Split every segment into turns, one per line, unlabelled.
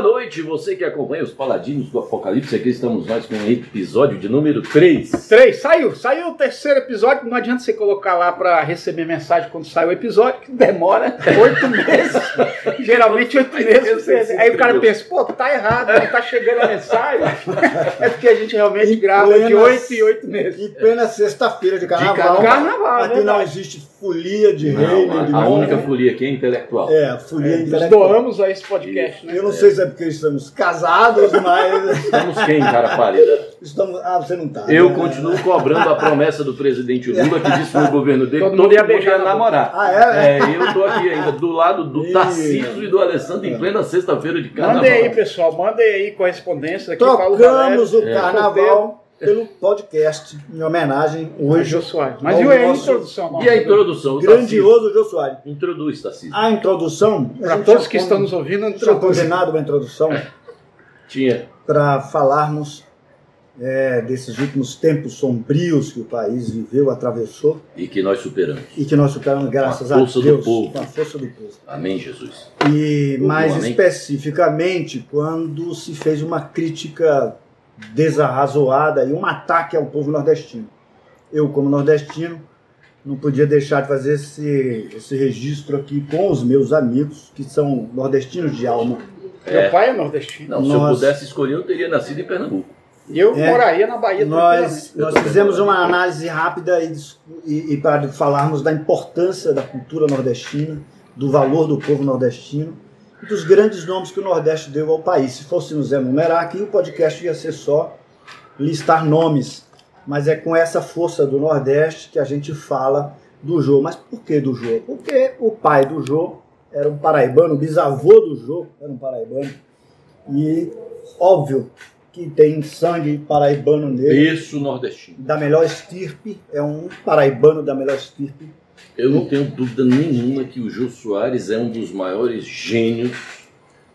noite, você que acompanha os Paladinos do Apocalipse. Aqui estamos nós com o episódio de número 3.
Três, saiu, saiu o terceiro episódio. Não adianta você colocar lá pra receber mensagem quando sai o episódio, que demora oito meses. Geralmente oito meses.
você se
aí o cara
inscreveu.
pensa, pô, tá errado, não tá chegando a mensagem. é porque a gente realmente grava de
Plenas-
oito e oito meses.
Em plena sexta-feira de carnaval.
carnaval.
Carnaval, né,
Aqui
Ah, verdade.
não existe folia de rei, nem de
Não, a, a
nada.
única folia aqui é intelectual.
É, a folia
Nós
intelectual.
doamos a esse podcast, né?
Eu não sei se é porque estamos casados, mas
Estamos quem, cara pálida?
estamos. Ah, você não tá.
Eu
né?
continuo cobrando a promessa do presidente Lula que disse no governo dele
Todo
que
mundo
todo
ia
mundo ia
beijar na boca.
namorar.
Ah, é?
É, eu tô aqui ainda do lado do
Ih. é.
Tarcísio e do Alessandro em plena sexta-feira de carnaval.
Mandem aí, pessoal, mandem aí correspondência aqui Paulo Valério,
Trocamos o
É.
carnaval pelo podcast, em homenagem
Luiz
hoje
Jô Soares. Mas
Ao
e a
nosso-
introdução, Mauro?
E a introdução?
ao
o Tarcísio.
grandioso Jô Soares.
Introduz, Tarcísio.
A introdução. a
Para
gente
todos
já
que
foi-
estão nos ouvindo,
já foi
introduza.
combinado uma introdução
Tinha.
para falarmos é, desses últimos tempos sombrios que o país viveu, atravessou.
E que nós superamos.
e que nós superamos graças
Com
a,
a força do
Deus,
povo.
com a força do povo.
Amém, Jesus.
E
Uhum,
mais
amém.
especificamente quando se fez uma crítica desarrazoada e um ataque ao povo nordestino. Eu, como nordestino, não podia deixar de fazer esse, esse registro aqui com os meus amigos, que são nordestinos de alma.
Meu pai é nordestino.
Não, se eu
Nós-
pudesse escolher, eu teria nascido em Pernambuco.
E eu
É.
moraria na Bahia tranquilamente.
Nós,
Eu
nós
também
fizemos
moraria.
uma análise rápida e, dis- e- e para falarmos da importância da cultura nordestina, do valor do povo nordestino e dos grandes nomes que o Nordeste deu ao país. Se fôssemos enumerar aqui, o podcast ia ser só listar nomes. Mas é com essa força do Nordeste que a gente fala do Jô. Mas por que do Jô? Porque o pai do Jô era um paraibano, o bisavô do Jô era um paraibano. E óbvio que tem sangue paraibano nele
Berço nordestino.
da melhor estirpe, é um paraibano da melhor estirpe.
Eu não tenho dúvida nenhuma que o Jô Soares é um dos maiores gênios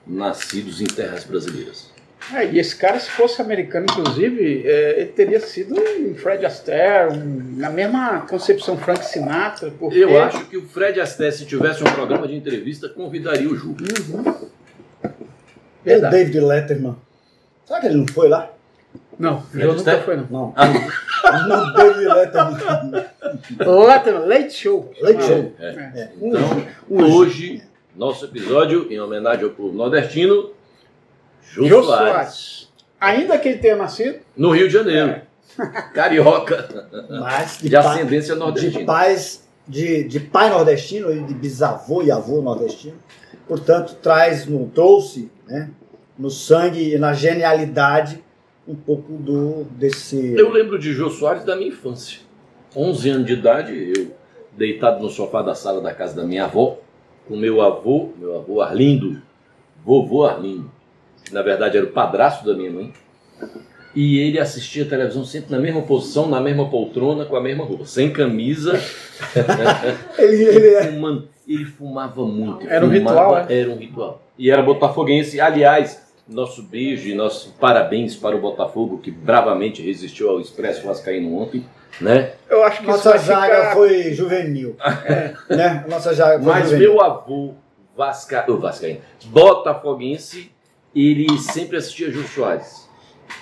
nascidos em terras brasileiras.
É, e esse cara, se fosse americano, inclusive, é, ele teria sido um Fred Astaire, um- na mesma concepção Frank Sinatra. Porque...
Eu acho que o Fred Astaire, se tivesse um programa de entrevista, convidaria o Jô.
Uhum.
É O
Verdade.
David Letterman. Será que ele não foi lá?
Não, o
Fred
Jô nunca
Astaire?
foi, não.
Não.
Ah,
Não, David Letterman.
Letterman, Late Show.
Late
Ah,
Show.
É.
é. um
É.
Então,
hoje.
hoje, nosso episódio, em homenagem ao povo nordestino, Jô,
Jô
Soares,
Soares. Ainda que ele tenha nascido,
no Rio de Janeiro. Carioca,
Mas de,
de
pa,
ascendência
de
nordestina.
pais, de, de pai nordestino e de bisavô e avô nordestino. Portanto, traz, no, trouxe né, no sangue e na genialidade um pouco do desse.
Eu lembro de Jô Soares da minha infância. 11 anos de idade, eu deitado no sofá da sala da casa da minha avó, com meu avô, meu avô Arlindo, vovô Arlindo, que na verdade era o padrasto da minha mãe, e ele assistia a televisão sempre na mesma posição, na mesma poltrona, com a mesma roupa, sem camisa,
Ele, ele é-
fumando. Um Ele fumava muito.
Era um
fumava,
ritual,
Era um ritual. E era botafoguense. Aliás, nosso beijo e nosso parabéns para o Botafogo, que bravamente resistiu ao Expresso Vascaíno ontem, né?
eu acho que
nossa
isso vai
zaga
ficar...
foi juvenil. né? Nossa
É,
zaga foi
É. Mas
juvenil.
meu avô, Vasca... ô, Vascaíno, botafoguense, ele sempre assistia Jô Soares.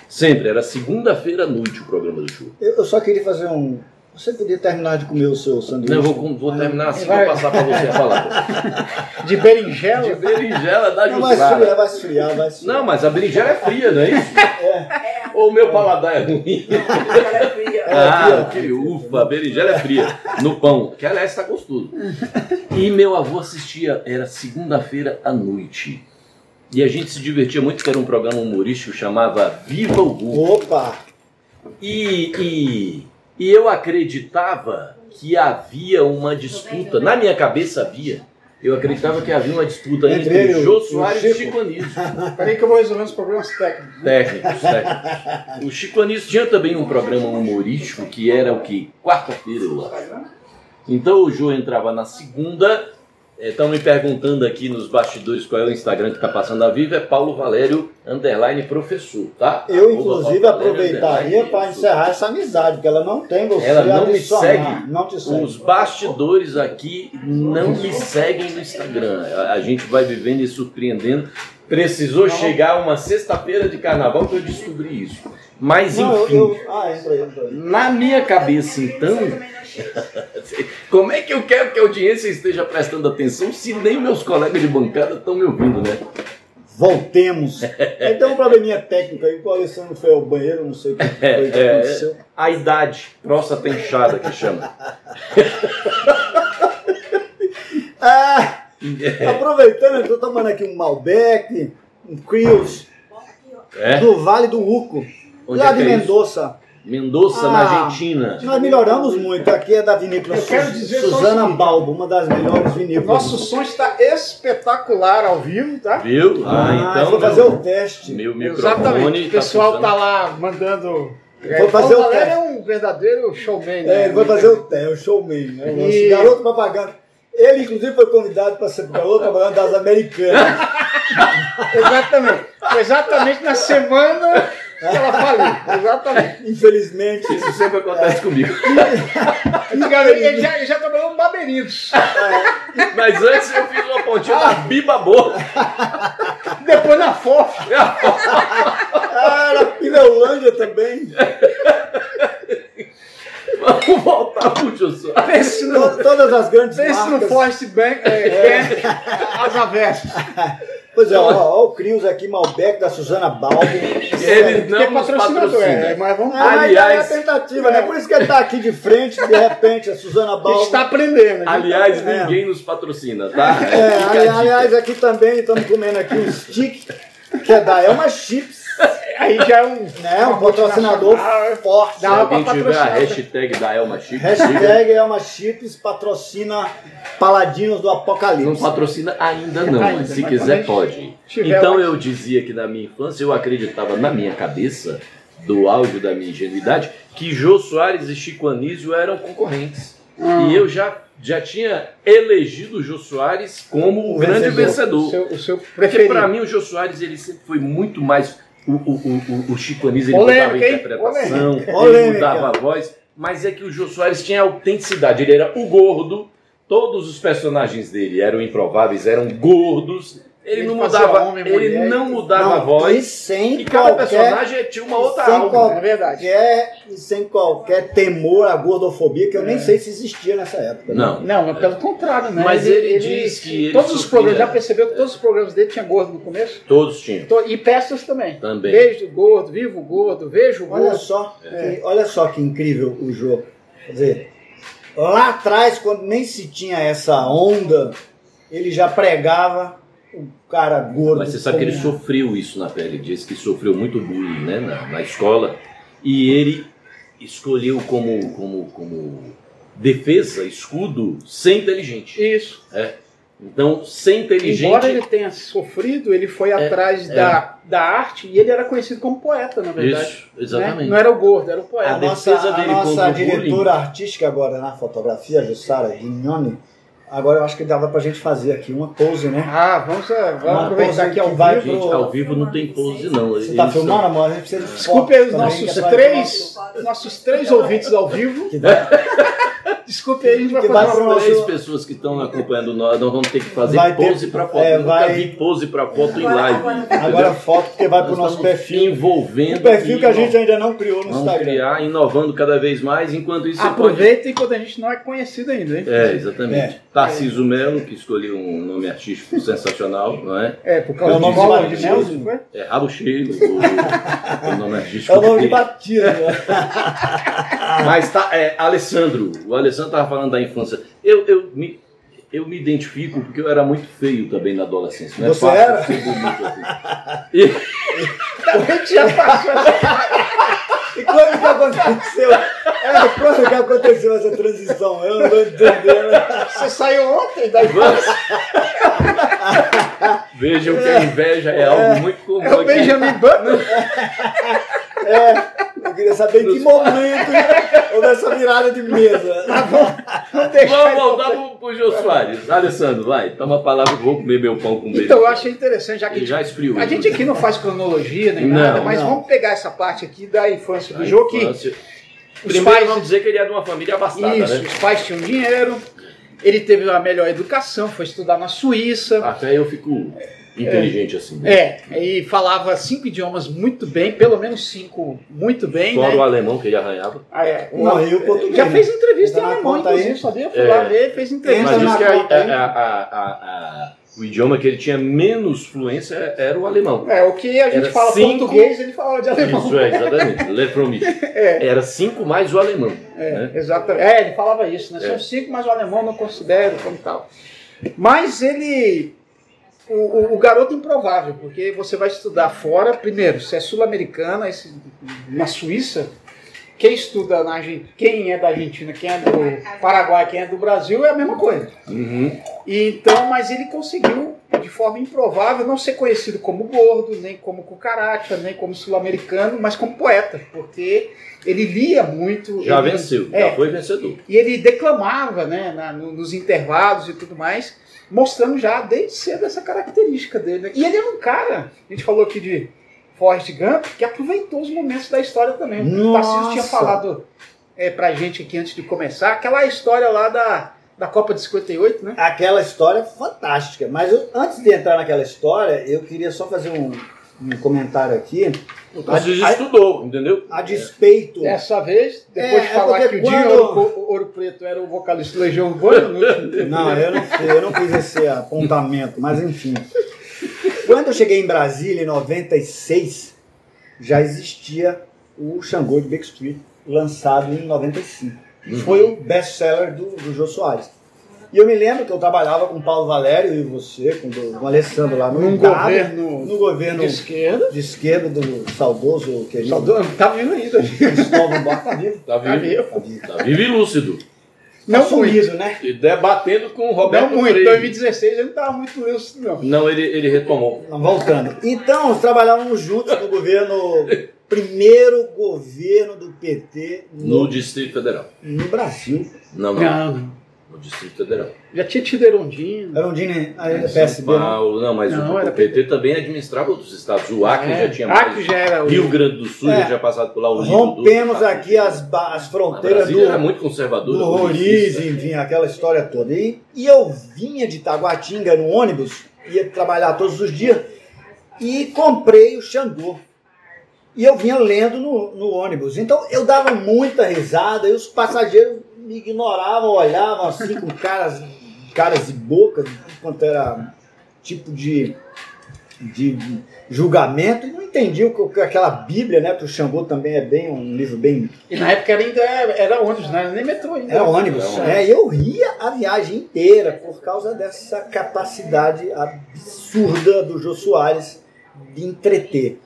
Sempre. Era segunda-feira à noite o programa do Jô.
Eu, eu só queria fazer um. Você podia terminar de comer o seu sanduíche?
Não, eu vou, vou terminar assim, vou
Vai.
passar para você a palavra.
De berinjela.
De berinjela da
Não, vai
Jô
esfriar,
Soares.
vai esfriar, vai esfriar.
Não, mas a berinjela é fria, não é isso? Ou o meu paladar é ruim? Ah, que ufa, berinjela é fria no pão, que aliás está gostoso. E meu avô assistia, era segunda-feira à noite. E a gente se divertia muito, que era um programa humorístico, chamava Viva o Hulk.
Opa!
E, e, e eu acreditava que havia uma disputa, na minha cabeça havia, eu acreditava que havia uma disputa
Entre
entre
ele e o-
Jô
o
Soares e
Chico.
Chico Anísio
Peraí que eu vou resolver os problemas técnicos.
técnicos, técnicos. O Chico Anísio tinha também um programa humorístico que era o que? Quarta-feira, eu acho. Então o Jô entrava na segunda. Estão me perguntando aqui nos bastidores qual é o Instagram que está passando a vivo. É Paulo Valério Underline Professor, tá?
Eu,
Arroba
inclusive,
Paulo Valério,
aproveitaria
underline,
para
professor.
encerrar essa amizade, porque ela não tem você.
Ela não
a
me
adicionar.
segue.
Não te segue.
Os bastidores aqui não me seguem no Instagram. A, a gente vai vivendo e surpreendendo. Precisou chegar uma sexta-feira de carnaval que eu descobri isso. Mas
Não,
enfim,
eu, eu- ah, entra aí, entra aí.
na minha cabeça então, como é que eu quero que a audiência esteja prestando atenção se nem meus colegas de bancada estão me ouvindo, né?
Voltemos. Então, um probleminha técnico aí. O Alessandro foi ao banheiro, não sei o que foi o que
É, é.
aconteceu.
A idade, próstata inchada que chama.
Ah, aproveitando, eu tô tomando aqui um Malbec, um Creels,
É?
do Vale do Uco,
Onde
lá
é que
de
é isso?
Mendoza.
Mendoza, na
Ah.
Argentina.
Nós melhoramos muito. Aqui é da vinícola
Eu quero dizer só o
Suzana
seguinte.
Balbo, uma das melhores vinícolas.
Nosso som está espetacular ao vivo, tá?
Viu?
Ah,
Ah, então.
vou
né?
fazer o teste.
Meu microfone.
Exatamente. O pessoal
tá
tá lá mandando.
Vou fazer o
galera é
teste.
um verdadeiro showman. né?
É, ele vai fazer o teste, o showman, né? O nosso
E-
garoto papagaio. Ele, inclusive, foi convidado para ser garoto papagaio das americanas.
Exatamente. Foi Exatamente na semana que ela falou. Exatamente.
Infelizmente,
Isso sempre acontece comigo.
Antigamente ele já, ele já trabalhou no Barbeirinhos.
Mas antes eu fiz uma pontinha na
Ah.
biba boa.
Depois na FOF.
ah, na Pneulândia também.
Vamos voltar pro Tio Só.
Pense no,
To- Todas as grandes
pense no
marcas.
Forest Bank. É, é, as avessas.
Pois é, ó, ó, o Crios aqui, Malbec da Suzana Balbo.
Ele
Porque
não nos
patrocinador, é,
patrocina.
mas vamos
Ah, mas
Aliás-
é a tentativa, né? Por isso que ele tá aqui de frente, de repente, a Suzana
A gente
Balbo.
está tá aprendendo. né? a gente
Aliás,
É.
ninguém nos patrocina, tá?
É, ali- aliás, aqui também estamos comendo aqui um stick, que é da Elma Chips,
tá- Aí já é um.
né? Um patrocinador forte.
Se
Dá
alguém
pra
tiver a
patrocinar.
hashtag da Elma Chico, diga,
Hashtag Elma Chips patrocina Paladinos do
não
Apocalipse.
patrocina ainda não,
Ainda,
mas se
mas
quiser
quando
pode.
tiver
Então
uma-
eu dizia que na minha infância eu acreditava na minha cabeça, do áudio da minha ingenuidade, que Jô Soares e Chico Anísio eram concorrentes. E eu já, já tinha elegido o Jô Soares como o grande vencedor.
O seu, o seu
Porque pra
preferido.
mim o Jô Soares ele sempre foi muito mais. O, o, o, o- o Chico Anísio ele
Polêmica,
mudava a
hein?
interpretação, ele
Polêmica.
mudava a voz, mas é que o Jô Soares tinha autenticidade, ele era o gordo, todos os personagens dele eram improváveis, eram gordos, ele,
Ele
não
fazia
mudava,
homem,
ele
mulher,
não
e-
mudava a
e
voz,
sem
e cada
qualquer
personagem tinha uma outra
sem
alma. né?
qual-
É verdade.
qualquer- e sem qualquer temor à gordofobia, que
É.
eu nem sei se existia nessa época. né?
Não,
Não, mas pelo contrário, né?
Mas ele diz que ele
todos os
sofria.
programas, já percebeu que todos os programas dele tinha gordo no começo?
todos tinham.
To- E peças também.
Também.
Beijo do gordo, vivo o gordo, vejo o
Olha
gordo.
só,
É.
que, olha só que incrível o jogo. Quer dizer, lá atrás, quando nem se tinha essa onda, ele já pregava o cara gordo.
Mas você sabe que ele
como-
sofreu isso na pele, diz que sofreu muito bullying né, na, na escola, e ele escolheu como, como, como defesa, escudo, ser inteligente.
Isso.
Então, ser inteligente,
Embora ele tenha sofrido, ele foi atrás
é.
Da, da arte e ele era conhecido como poeta, na verdade.
isso,
né?
exatamente.
é-
Não era o gordo, era o
A,
A
poeta.
nossa,
defesa
a
dele
nossa
contra o
diretora
bullying.
artística agora na fotografia, Jussara Guignoni, agora eu acho que dava pra gente fazer aqui uma pose, né?
Ah, vamos, ah, vamos
Uma
aproveitar
pose
aqui ao
que vai
vivo.
Gente,
pro-
ao vivo não tem pose, não.
Você tá
Eles são-
filmando, amor? A gente precisa de
Desculpe
foto
os
também,
nossos
que é pra-
três, nossos três ouvintes ao vivo.
que dá-
Desculpe aí, a gente vai
Que
fazer uma
vai pro-
As
Nosso-
três pessoas que estão acompanhando nós, nós vamos ter que fazer
Vai ter-
pose pra foto.
é,
Eu nunca
vai-
vi pose pra foto em
Agora-
live.
agora-
entendeu?
Agora foto, porque vai pro
Nós
nosso
estamos
perfil.
Envolvendo.
Um perfil que a
e
gente ainda não criou no
Vamos
Instagram.
criar, inovando cada vez mais. Enquanto isso, você pode
Aproveitem quando a gente não é conhecido ainda, hein?
É, exatamente.
É.
Tarcísio Melo, que escolheu um nome artístico sensacional, não é?
É, por
É
causa
o
do
nome
Collor
do
de
Maurício.
Nelson, foi?
É Rabo Cheio, o, o nome artístico.
É o nome de
dele.
batida, né?
Mas tá, é, Alessandro, o Alessandro estava falando da infância. Eu, eu, me, eu me identifico porque eu era muito feio também na adolescência. Não é
Você
fácil
era?
ser bonito assim.
A gente já passou essa-
E quando que aconteceu? É, quando que aconteceu essa transição? Eu não tô entendendo.
Você saiu ontem da
Vamos- Vejam que a inveja é algo muito comum.
É o
um
aqui.
Benjamin Button.
É, eu queria saber em que momento houve essa virada de mesa.
Não deixa
Vamos voltar pro, pro Jô Soares. Alessandro, vai, toma a palavra, vou comer meu pão com bacon.
Então, eu achei interessante, já que a
Ele
gente,
já esfriou.
a gente aqui não faz cronologia nem
Não,
nada, mas
não.
vamos pegar essa parte aqui da infância do
Da
jogo que
infância.
os
assim, Primeiro vamos
pais,
dizer que ele é de uma família abastada,
isso,
né?
os pais tinham dinheiro, ele teve a melhor educação, foi estudar na Suíça.
Até eu fico inteligente assim. né?
É, e falava cinco idiomas muito bem, pelo menos cinco muito bem,
Fora o
né?
alemão que ele arranhava.
Ah, é.
Não, e o português.
Já
né?
fez entrevista
tá
Entra
em
na
alemão,
conta
inclusive,
aí.
sabia? Eu Fui
É.
lá ver, fez entrevista.
Entra
Mas
na
diz que
conta,
a-
hein?
a- a- a- a- o idioma que ele tinha menos fluência era o alemão.
É, o que a gente
Era
fala
cinco-
português, ele fala de alemão. É.
Isso é, exatamente. Le Promis. Era cinco mais o alemão. né?
Exatamente. É, ele falava isso, né?
É.
São cinco, mas o alemão não considero como tal. Mas ele. O, o- o garoto improvável, porque você vai estudar fora, primeiro, se é sul-americana, aí se- na Suíça, quem estuda na Argentina, quem é da Argentina, quem é do Paraguai, quem é do Brasil, é a mesma coisa.
Uhum.
E então, mas ele conseguiu, de forma improvável, não ser conhecido como gordo, nem como cucaracha, nem como sul-americano, mas como poeta, porque ele lia muito.
Já
ele-
venceu,
É.
já foi vencedor.
E ele declamava, né, na- no- nos intervalos e tudo mais, mostrando já desde cedo essa característica dele. né? E ele era um cara, a gente falou aqui de Forrest Gump, que aproveitou os momentos da história também. O Tarcísio tinha
Nossa!
falado é, pra gente aqui antes de começar, aquela história lá da, da Copa de 58, né?
Aquela história é fantástica. Mas eu- antes de entrar naquela história, eu queria só fazer um, um comentário aqui.
O Tarcísio
A- a-
estudou, entendeu?
A despeito.
Dessa vez, depois
É,
de
é
falar
porque
que o
quando-
Dinho Ouro, Ouro Preto era o vocalista do Legião Urbana, no último-
Não, eu não, fui- eu não fiz esse apontamento, mas enfim. Quando eu cheguei em Brasília, em 96, já existia o Xangô de Back Street, lançado em 95.
Uhum.
Foi o best-seller do, do Jô Soares. E eu me lembro que eu trabalhava com o Paulo Valério e você, com, o- com o Alessandro lá no
num
Estado,
governo
no governo
de esquerda.
de esquerda do saudoso querido
Saudoso- Tá vindo ainda.
Cristóvão Barra tá vivo.
Tá
Tá
vivo.
Tá vivo.
Tá vivo e lúcido.
Não
Tá sumido, né?
E debatendo com o Roberto
Não muito, em
Freire.
2016 ele não estava muito isso, não.
Não, ele, ele retomou.
Não, Voltando. Então, trabalhávamos juntos no governo, primeiro governo do PT
No
no,
Distrito Federal.
no Brasil.
Não, não.
Não,
No Distrito Federal.
já tinha tido Erundina.
Era um Dine,
Em
ainda
É, São
PSB. né? não?
Paulo. Não, mas
Não,
o,
era
o PT também administrava outros estados. O Acre
É,
já tinha
Acre
mais.
já era o...
Rio Grande do Sul
É.
já tinha passado por lá o
Rompemos aqui as, ba- as
A
fronteiras
Brasília era
do,
é muito conservadora.
do
muito
Roriz,
difícil.
enfim, aquela história toda. E, e eu vinha de Taguatinga no ônibus, ia trabalhar todos os dias, e comprei o Xangô. E eu vinha lendo no, no ônibus. Então eu dava muita risada e os passageiros me ignoravam, olhavam assim com caras, caras e bocas, quanto era tipo de, de julgamento. E não entendiam que que aquela Bíblia, né? Que o Xangô também é bem um livro bem
E na época ainda era, era ônibus, não era nem metrô ainda.
era ônibus.
Era ônibus.
É, eu ria a viagem inteira por causa dessa capacidade absurda do Jô Soares de entreter.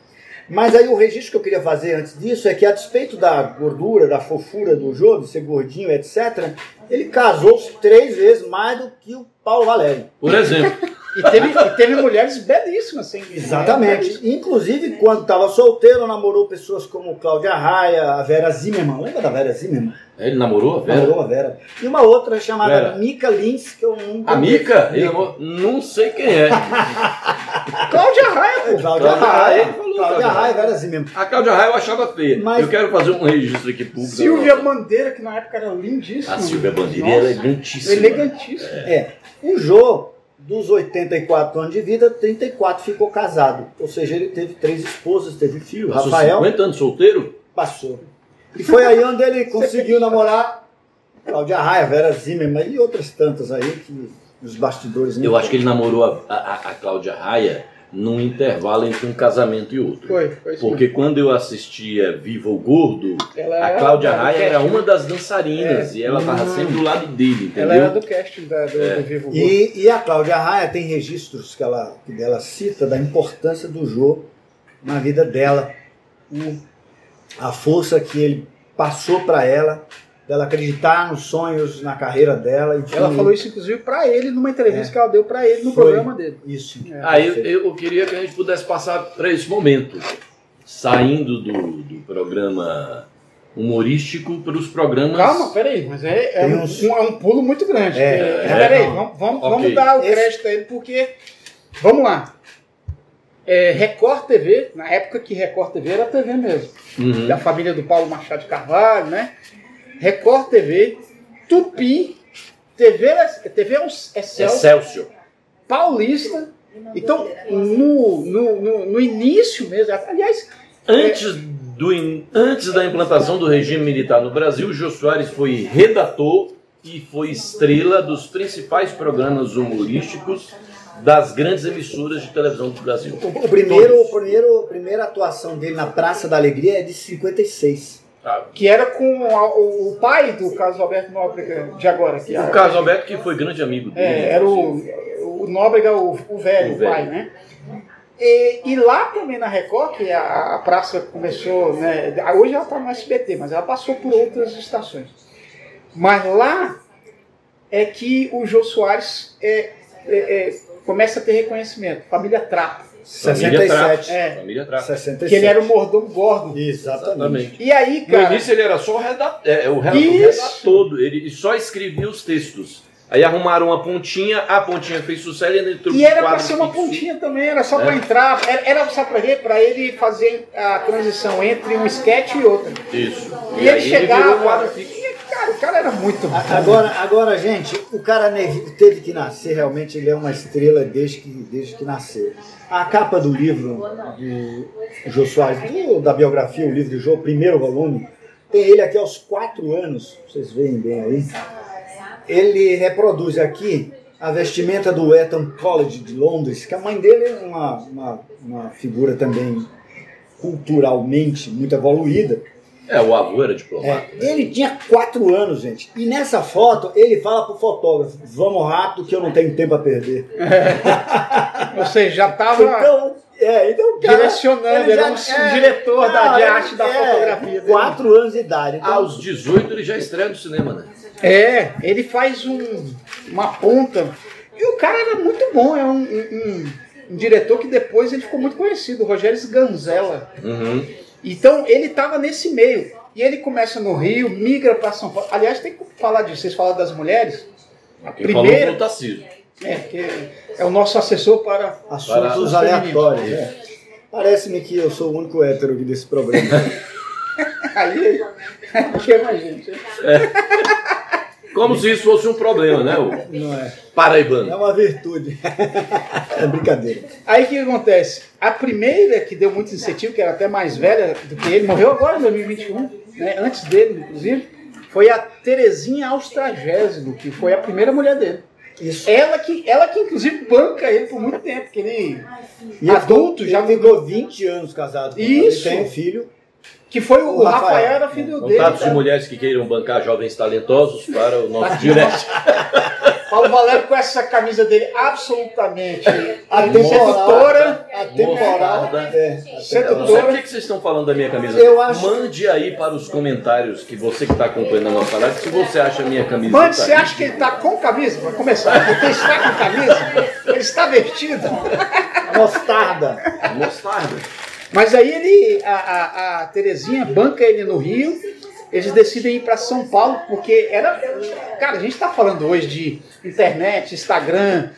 Mas aí o registro que eu queria fazer antes disso é que, a despeito da gordura, da fofura do Jô, de ser gordinho, etc., ele casou-se três vezes mais do que o Paulo Valério.
Por exemplo,
E teve, e teve mulheres belíssimas, assim.
É
Exatamente. Inclusive, quando estava solteiro, namorou pessoas como Cláudia Raia, a Vera Zimmermann. Lembra da Vera Zimmermann?
ele namorou a Vera.
Namorou a Vera. E uma outra chamada
Vera.
Mica Lins, que eu nunca.
A Mica? Ele namorou. Não sei quem é.
É, Cláudia Raia, pô.
Cláudia
Cláudia
Raia.
Raia, falou,
Cláudia
Cláudia
Raia, era assim mesmo.
A Cláudia Raia eu achava feia.
Mas-
Eu quero fazer um registro aqui público.
Silvia Bandeira, que na época era lindíssima.
A Silvia Bandeira é
Nossa,
elegantíssima.
Elegantíssima.
É. O Jô, dos 84 anos de vida, 34 ficou casado. Ou seja, ele teve três esposas, teve filho.
Passou
Rafael
50 anos solteiro?
passou. E foi aí onde ele conseguiu namorar Cláudia Raia, Vera Zimmermann e outras tantas aí que os bastidores né? não-
Eu acho que ele namorou a, a, a Cláudia Raia num intervalo entre um casamento e outro.
Foi, foi isso.
Porque quando eu assistia Viva o Gordo,
mesmo. Ela
a
era
Cláudia
do
Raia
casting,
era
né?
uma das dançarinas e ela estava
Hum.
sempre do lado dele, entendeu?
É. Ela era do casting da- do, do Vivo Gordo.
E, e a Cláudia Raia tem registros que ela, que ela cita da importância do Jô na vida dela, o- a força que ele passou para ela, dela acreditar nos sonhos, na carreira dela. enfim.
Ela falou isso, inclusive, pra ele, numa entrevista
É.
que ela deu pra ele no
Foi.
programa dele.
isso.
É.
Aí eu, eu queria que a gente pudesse passar para esse momento, saindo do, do programa humorístico para os programas.
Calma, peraí, mas é, é
Tem
um,
uns-
um- é um pulo muito grande.
É,
É,
é,
peraí,
não.
vamos, vamos,
Ok.
vamos dar o
Esse-
crédito a ele, porque. Vamos lá. É, Record TV, na época que Record TV era TV mesmo,
Uhum.
da família do Paulo Machado de Carvalho, né? Record TV, Tupi, TV, TV Excel,
É Excelsior.
um, é Paulista Então, no, no, no, no início mesmo, aliás,
Antes, do, in- antes da implantação do regime militar no Brasil, Jô Soares foi redator e foi estrela dos principais programas humorísticos das grandes emissoras de televisão do Brasil.
O primeiro, o primeiro, a primeira atuação dele na Praça da Alegria é de 56.
Ah,
que era com a- o, o pai do Carlos Alberto Nóbrega de agora. Que
O Carlos Alberto, que foi grande amigo dele.
É, era o, o Nóbrega, o, o velho,
O
o
velho.
pai, né? E, e lá também na Record, que a, a praça começou, né? Hoje ela está no SBT, mas ela passou por outras estações. Mas lá é que o Jô Soares é, é, é, começa a ter reconhecimento, família Trapo.
Família Trapo.
67.
É,
Família Trapo.
67.
que ele era um o mordomo Gordon.
Exatamente.
Exatamente.
E aí,
No
cara.
início ele era só o redator, é, o redator,
Isso.
todo, ele só escrevia os textos. Aí arrumaram uma pontinha, a pontinha fez sucesso e ele entrou
E
pro
era pra
quadro
ser uma
fixo.
pontinha também, era só
É.
pra entrar. Era, era só pra quê? Pra ele fazer a transição entre um sketch e outro.
Isso.
E,
aí
ele chegava.
virou quadro fixo.
e, cara, o cara era muito bom.
A- Agora, agora, gente, o cara ne- teve que nascer, realmente ele é uma estrela desde que, desde que nasceu. A capa do livro de Jô Soares, do- da biografia, o livro de Jô, o primeiro volume, tem ele aqui aos quatro anos, vocês veem bem aí. Ele reproduz aqui a vestimenta do Eton College de Londres, que a mãe dele é uma, uma, uma figura também culturalmente muito evoluída.
É, o avô era diplomata.
É, ele tinha quatro anos, gente. E nessa foto, ele fala pro fotógrafo: vamos rápido que eu não tenho tempo a perder.
Ou seja, já tava
Então, é, então o cara.
direcionando,
ele
era
já-
um
é,
diretor da, de
não,
arte da
é,
fotografia. dele.
Quatro anos de idade. Então,
Ah, Aos 18 ele já estreia no cinema, né?
É, ele faz um- uma ponta. E o cara era muito bom, é um, um- um diretor que depois ele ficou muito conhecido, o Rogério Sganzella.
Uhum.
Então ele estava nesse meio. E ele começa no Rio, migra para São Paulo. Aliás, tem que falar disso. Vocês falam das mulheres?
Quem falou
Primeiro-
foi o Tarcísio.
É, que é o nosso assessor para.
assuntos
Para-
aleatórios. é. Parece-me que eu sou o único hétero aqui desse programa.
Aí, aí chama a gente. né?
Como se isso fosse um problema, né? O
não é? É
paraibano.
uma virtude. é brincadeira.
Aí o que acontece? A primeira que deu muito incentivo, que era até mais velha do que ele, morreu agora em 2021, né? antes dele, inclusive, foi a Terezinha Austragésimo, que foi a primeira mulher dele.
Isso.
Ela que, ela que inclusive banca ele por muito tempo, que ele.
E ele
Adulto,
ficou-
já
ele ficou 20 anos casado. com ela.
Isso.
Ele tem um filho.
Que foi o,
O Rafael. É, um
Rafael, era filho dele.
Contatos de
tá?
mulheres que queiram bancar jovens talentosos para o nosso direct.
Paulo Valério com essa camisa dele absolutamente sedutora.
Atemporal. Atemporal.
Morada.
É.
né? Eu não
Sedutora.
sei por que que vocês estão falando da minha camisa.
Eu acho-
Mande aí para os comentários que você que está acompanhando a nossa live, se você acha a minha camisa.
Mano, você acha que ele tá com camisa? Vai começar. Ele está com camisa? Ele está vestido?
Mostarda.
Mostarda.
Mas aí ele, a, a, a Terezinha banca ele no Rio. Eles decidem ir para São Paulo porque era, cara, a gente tá falando hoje de internet, Instagram.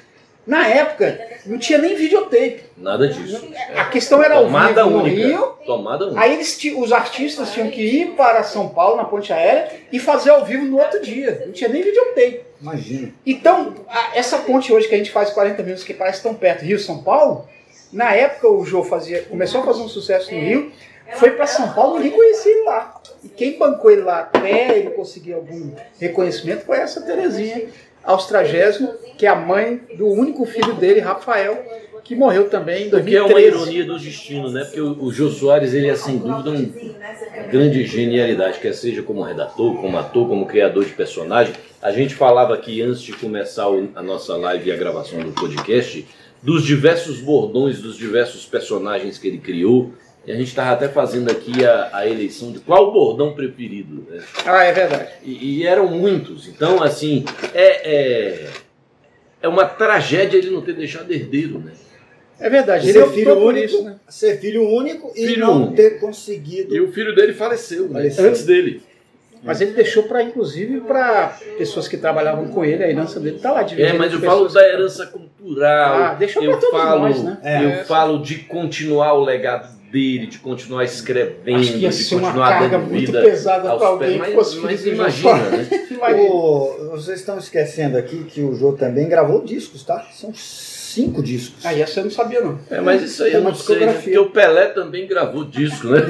Na época não tinha nem videotape.
Nada disso.
A questão Então era ao
Tomada
vivo no
única.
Rio.
Tomada única.
Aí eles ti- os artistas tinham que ir para São Paulo na ponte aérea e fazer ao vivo no outro dia. Não tinha nem videotape.
Imagina.
Então, a- essa ponte hoje que a gente faz 40 minutos, que parece tão perto, Rio-São Paulo, na época o Jô fazia, começou a fazer um sucesso no Rio, foi para São Paulo e ninguém conhecia ele lá. E quem bancou ele lá até ele conseguir algum reconhecimento foi essa Terezinha Austragésimo, que é a mãe do único filho dele, Rafael, que morreu também em
O que é uma
2013.
ironia do destino, né? Porque o, o Jô Soares, ele é sem dúvida um- uma grande genialidade, quer seja como redator, como ator, como criador de personagem. A gente falava aqui antes de começar o- a nossa live e a gravação do podcast, dos diversos bordões, dos diversos personagens que ele criou. E a gente estava até fazendo aqui a, a eleição de qual bordão preferido. né?
Ah, é verdade.
E, e eram muitos. Então, assim, é, é, é uma tragédia ele não ter deixado herdeiro, né?
É verdade, ele
ser
optou
filho
por
único,
isso, né?
ser filho único e
Filho
não
único.
ter conseguido.
E o filho dele faleceu, né?
Faleceu.
antes dele.
Mas ele deixou para, inclusive, para pessoas que trabalhavam com ele, a herança dele tá lá dividida.
É, mas eu
em
falo
pessoas
da
que-
herança cultural.
Ah, deixou pra
eu
todos
falo,
nós, né?
É.
Eu falo de continuar o legado dele, de continuar escrevendo,
Acho que ia
de
ser uma
continuar
carga
dando
muito
vida
pesada
aos
para alguém
pés.
que
Mas,
fosse
mas
filho do
imagina,
Jô.
né?
Imagina.
O- vocês estão esquecendo aqui que o Jô também gravou discos, tá? São Cinco discos.
Aí essa eu não sabia, não.
É, mas isso aí
É
eu
uma
não sei, né?
discografia.
porque o Pelé também gravou disco, né?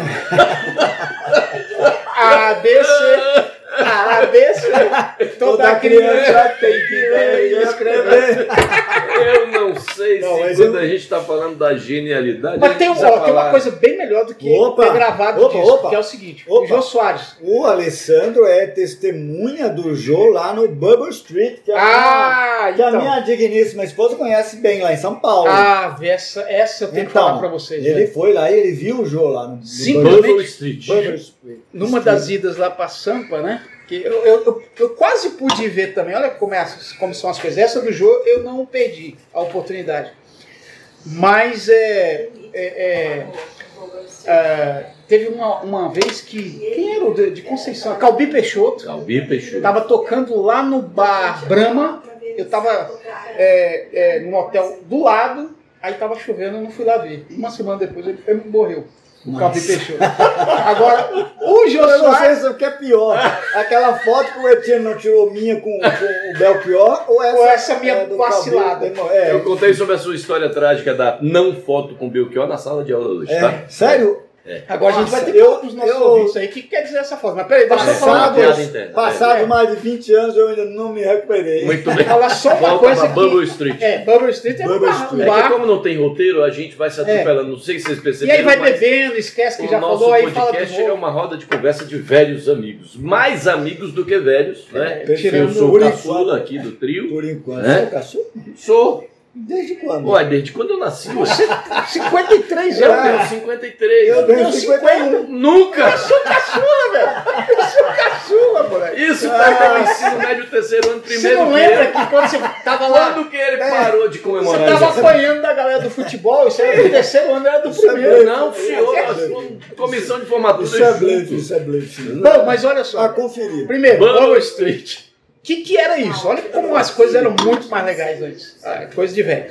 Ah, ABC. ABC.
Toda criança tem que ler e escrever.
Eu não sei
Não,
se
mas
quando
eu-
a gente está falando da genialidade. a
Mas
gente
tem, um-
precisa
ó, tem uma
falar-
coisa bem melhor do que
Opa!
ter gravado
Opa,
disco,
opa!
que é o seguinte: o
Opa!
Jô Soares.
O Alessandro é testemunha do Jô lá no Bubble Street, que, a,
Ah,
minha, que a
então.
minha digníssima esposa conhece bem lá em São Paulo.
Ah, essa, essa eu tenho que
Então,
falar pra vocês. né?
ele
velho.
foi lá e ele viu o Jô lá no, no
Sim,
Bubble-
Bubble Street.
Bubble Street.
Numa das idas lá pra Sampa, né? Que eu, eu, eu, eu quase pude ver também. Olha como, é as- como são as coisas. Essa do Jô eu não perdi a oportunidade. Mas é, é, é, ah, teve uma, uma vez que. Quem era o de, de Conceição? Calbi Peixoto.
Calbi Peixoto.
Eu tava tocando lá no bar Brahma, eu tava é, é, num hotel do lado, aí tava chovendo, eu não fui lá ver. Uma semana depois ele foi- morreu. O Calvi Peixoto. Agora, o Jô
Eu não
Soares.
sei se o que é pior. Aquela foto que o Etienne não tirou minha com, com o Belchior ou essa, é,
Ou essa minha
do
vacilada.
cabelo? É,
Eu contei sobre a sua história trágica da não foto com Belchior na sala de aula hoje,
é,
tá?
sério?
Agora a gente vai ter que
Eu-
falar pros nossos
eu-
ouvintes aí. O que quer dizer essa foto? Mas peraí, deixa
Essa
eu
é uma
falar uma
piada
coisa.
interna.
Passado
É.
mais de 20 anos eu ainda não me recuperei.
Muito bem.
Falar só uma
Volta
coisa
pra
que-
Bubble Street.
É, Bubble Street é um
Bubble
bar.
Street.
É
um
que
bar.
como não tem roteiro, a gente vai se atropelando. Não sei se vocês
É. E
perceberam,
aí vai
mas
bebendo, esquece que
o
já
nosso
falou, aí fala de
podcast é
novo.
uma roda de conversa de velhos amigos. Mais amigos do que velhos, né?
É,
Eu
tirando
sou o
Por
caçula
enquanto.
aqui do trio.
Por
É?
enquanto. Você
Né?
é caçula?
Sou.
Desde quando?
Ué, desde quando eu nasci,
Ah.
ué.
53
eu
anos.
tenho 53.
Eu tenho 51.
Nunca!
Caçula, moleque.
Isso pega o ensino médio terceiro ano,
Ah. Você
primeiro
não
dia.
lembra que quando você tava lá É.
Quando que ele parou de
Você
comemorar
estava
isso?
apanhando da galera do futebol, isso era do terceiro ano, era do
é
primeiro.
Não, senhor, nós fomos comissão de formatura
Isso é blefe,
juntos.
isso é blefe.
Bom, mas olha
A
só.
conferir.
Primeiro,
Bubble
o
Street.
que, que era isso? Olha como as coisas eram muito mais legais antes. Ah, coisa de velho.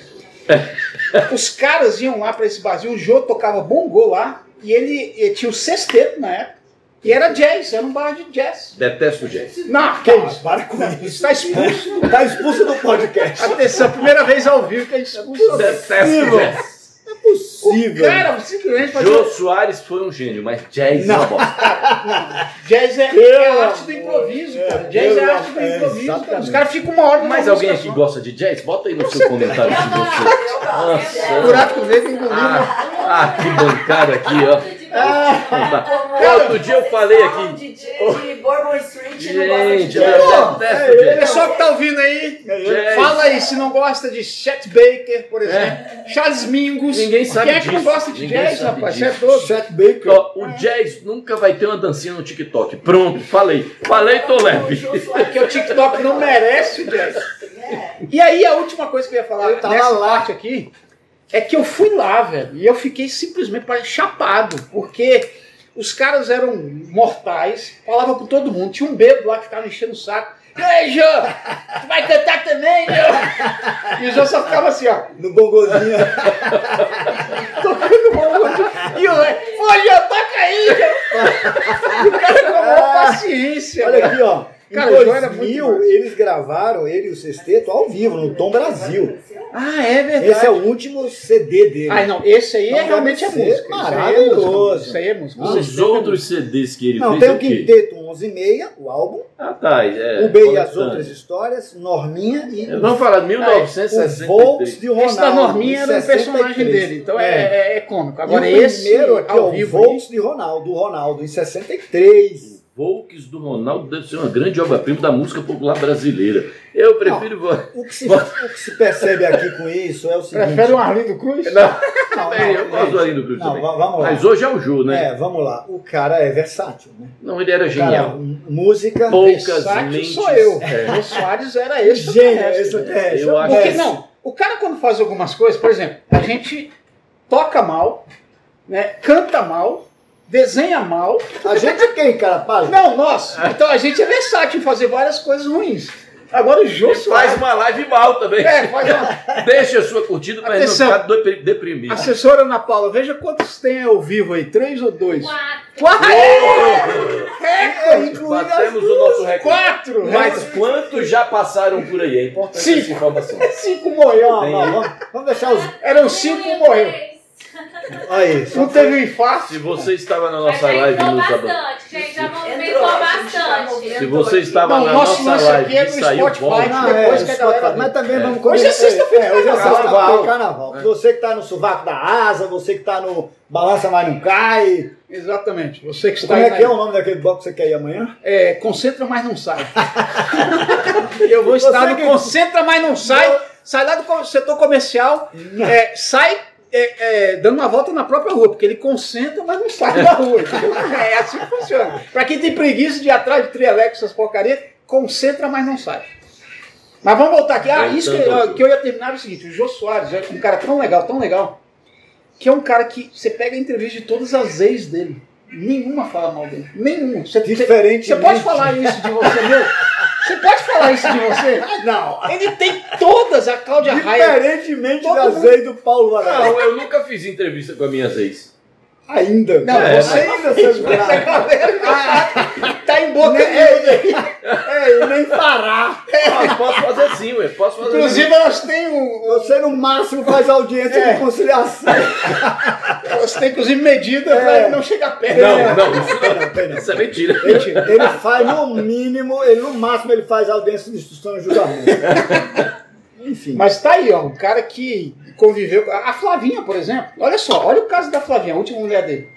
É.
Os caras iam lá pra esse barzinho, o Jô tocava bongô lá, e ele, e tinha o sexteto na época, e era jazz, era um bar de jazz.
Detesto o jazz.
Não, que isso?
Ah, para com
Isso tá expulso.
Tá expulso do podcast.
Atenção, primeira vez ao vivo que é a gente expulsou.
é Detesto o jazz.
Não
O
é possível.
cara simplesmente fazia
né? Jô Soares foi um gênio, mas jazz
Não.
é uma bosta.
Jazz é,
Pelo
é a arte do improviso,
amor-
cara.
é,
Jazz é
pelo
a arte do
amor- é,
improviso, cara. Os
exatamente.
caras ficam uma hora numa
Mas
música
alguém aqui
só.
gosta de jazz? Bota aí no seu comentário se você.
você.
Buraco negro engolindo.
Ah, ah, que bancada aqui, ó.
Ah,
Ah.
Cara,
outro dia eu falei aqui.
De, de Bourbon Street não gosta de
Gente,
jazz.
eu detesto o jazz.
É, Pessoal que tá ouvindo aí,
É, é.
Jazz.
fala aí se não gosta de Chet Baker, por exemplo. Charles Mingus.
É. Ninguém sabe
Quem é que não
disso.
gosta de
Ninguém
jazz,
sabe
rapaz? Você
disso.
é todo.
Chet Baker.
Ó, o jazz nunca vai ter uma dancinha no TikTok. Pronto, falei. Falei, tô leve. É
Porque o TikTok não merece o jazz.
né?
E aí, a última coisa que eu ia falar
Eu tava
nessa
lá.
parte Tá aqui é que eu fui lá, velho, e eu fiquei simplesmente pare- chapado, porque os caras eram mortais, falavam com todo mundo. Tinha um bêbado lá que ficava enchendo o saco. Ei, Jô, tu vai cantar também, Jô? E o Jô só ficava assim, ó.
No bongozinho.
Tocando uma música. E o moleque, pô, Jô, toca aí, Jô. E o cara com a maior paciência.
Ah, Olha
velho.
aqui, ó. Em
Cara, o João era muito
2000,
massa.
eles gravaram, ele e o Sexteto, ao vivo, no Tom Brasil.
Ah, é verdade.
Esse é o último CD dele.
Ah, não, esse aí
Não
é realmente é
deve ser
música. Isso aí é
maravilhoso.
música, Isso aí é música.
Ah,
Os outros CDs que ele
Não,
fez.
tem
é
o
quê?
Quinteto 11 e meia, o álbum,
Ah, tá. É,
o B e as
coletânea.
outras histórias, Norminha e
Eu não é falo,
o
1963.
Volks de Ronaldo.
Esse da Norminha
em
era um personagem
63.
dele, então é, é- é cômico. Agora
E o
esse
primeiro aqui, ó,
ao
o
vivo
Volks de Ronaldo, o Ronaldo, em 63.
Volks do Ronaldo deve ser uma grande obra-prima da música popular brasileira. Eu prefiro. vo-
O que, se, o que se percebe aqui com isso é o seguinte...
Prefere o Arlindo Cruz? É
Não,
Não, não,
bem, eu
gente,
gosto do Arlindo Cruz
Não,
também.
va- vamos lá.
Mas hoje é o Jô, né?
É, vamos lá. O cara é versátil, né?
Não, ele era
O Cara,
genial.
m- música... é
Poucas
Versátil
mentes.
sou eu.
É.
O Soares era esse.
Gênio,
terrestre,
esse
né?
é,
Eu acho-
Porque
esse.
não, o cara quando faz algumas coisas, por exemplo, a gente toca mal, né, canta mal, desenha mal.
A gente é quem, cara? Para.
Não, nós. Então a gente é versátil em fazer várias coisas ruins. Agora o Jô
Ele faz
Soares...
uma live mal também.
É, faz uma...
Deixa a sua curtida para não
Atenção.
ficar depri- deprimido.
Assessora Ana Paula, veja quantos tem ao vivo aí, três ou dois? É,
Quatro.
Recorde!
Batemos o nosso recorde.
é, Quatro!
Mas quantos já passaram por aí? É importante essa
Cinco.
informação.
é Cinco morreu.
Não,
Tem-
não, vamos, vamos deixar os.
Eram cinco e um morreu.
Aí, só
Um teve um infarto.
Se você estava na
Mas
nossa
já
live
entrou
no sábado.
bastante, gente, já movimentou
Entrou, a gente tá
bastante.
movendo.
Se você estava
Não,
na
nosso
nossa
lance
live
aqui é
e
no
saiu
Spotify,
bom,
Ah,
que depois que a
os
galera
quatro- Mas também
É.
vamos
Hoje é sexta-feira,
hoje é
carnaval.
sexta-feira, é carnaval.
É.
Você que tá no sovaco da asa, você que tá no balança mas não cai.
Exatamente. Você que um- está
Como
aí
é
na-
que é o nome daquele bloco que você quer ir amanhã?
É, concentra, mas não sai. Eu vou
Você
estar no
que-
Concentra, mas não sai. Sai lá do co- setor comercial, é, sai é, é, dando uma volta na própria rua, porque ele concentra, mas não sai da rua. entendeu? É assim que funciona. Pra quem tem preguiça de ir atrás de trieleco, essas porcarias, concentra, mas não sai. Mas vamos voltar aqui. Ah, isso que, ó, que eu ia terminar é o seguinte: o Jô Soares é um cara tão legal, tão legal, que é um cara que você pega a entrevista de todas as ex dele. Nenhuma fala mal dele. Nenhuma. Você, você-
Diferente.
você pode falar isso de você, meu? Você pode falar isso de você?
Não.
Ele tem todas, a Cláudia Raia.
Diferentemente
Todo
da
mundo-
Zei do Paulo Varela.
Não, eu nunca fiz entrevista com a minha ex.
Ainda.
Não,
É,
você
ainda,
fez,
seu
mas a
brabo.
galera já tá em boca.
Nem-
É,
É, e nem parar.
Ah, posso fazer sim, ué. Posso fazer
Inclusive, elas têm um.
Você no máximo faz audiência
É.
de conciliação.
Elas têm, inclusive, medidas
É.
pra ele não chegar perto.
Não, não, isso,
Não, tem não.
isso é mentira.
Ele, ele faz no mínimo, ele no máximo ele faz audiência de instrução e julgamento. Enfim.
Mas tá aí, ó, um cara que conviveu. com- A Flavinha, por exemplo. Olha só, olha o caso da Flavinha, a última mulher dele.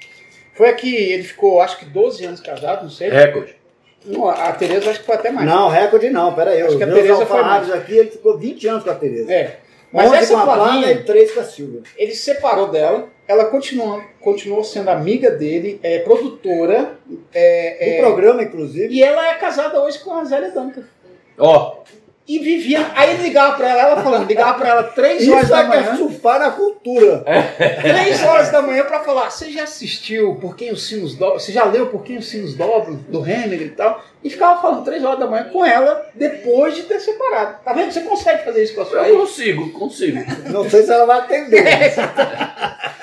Foi a que ele ficou, acho que 12 anos casado, não sei.
Recorde.
Não, a Tereza, acho que foi até mais.
É. Não, recorde não, peraí.
Acho
Os
que a
meus
Tereza foi
alfarrábios aqui, ele ficou 20 anos com a Tereza.
É. Mas
11
essa
com a Plana
Flavinha,
e 3 com a Silvia.
ele separou dela, ela continuou, continuou sendo amiga dele, é produtora, é,
O
é,
programa, inclusive,
e ela é casada hoje com a Zélia Duncan.
Ó,
E vivia, aí ele ligava pra ela, ela falando, ligava pra ela três horas
isso
da
é que é
manhã, É.
surfar na cultura.
três horas da manhã pra falar, você já assistiu Por Quem os Sinos Dobram, você já leu Por Quem os Sinos Dobram, do Henry e tal, e ficava falando três horas da manhã com ela, depois de ter separado. Tá vendo? Você consegue fazer isso com a sua
eu
ex?
consigo, consigo.
Não sei se ela vai atender.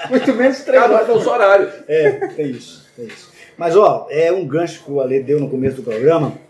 Muito menos três
Cada um
horas da
com o
manhã.
seu horário.
É, tem isso, tem isso. Mas, ó, é um gancho que o Ale deu no começo do programa,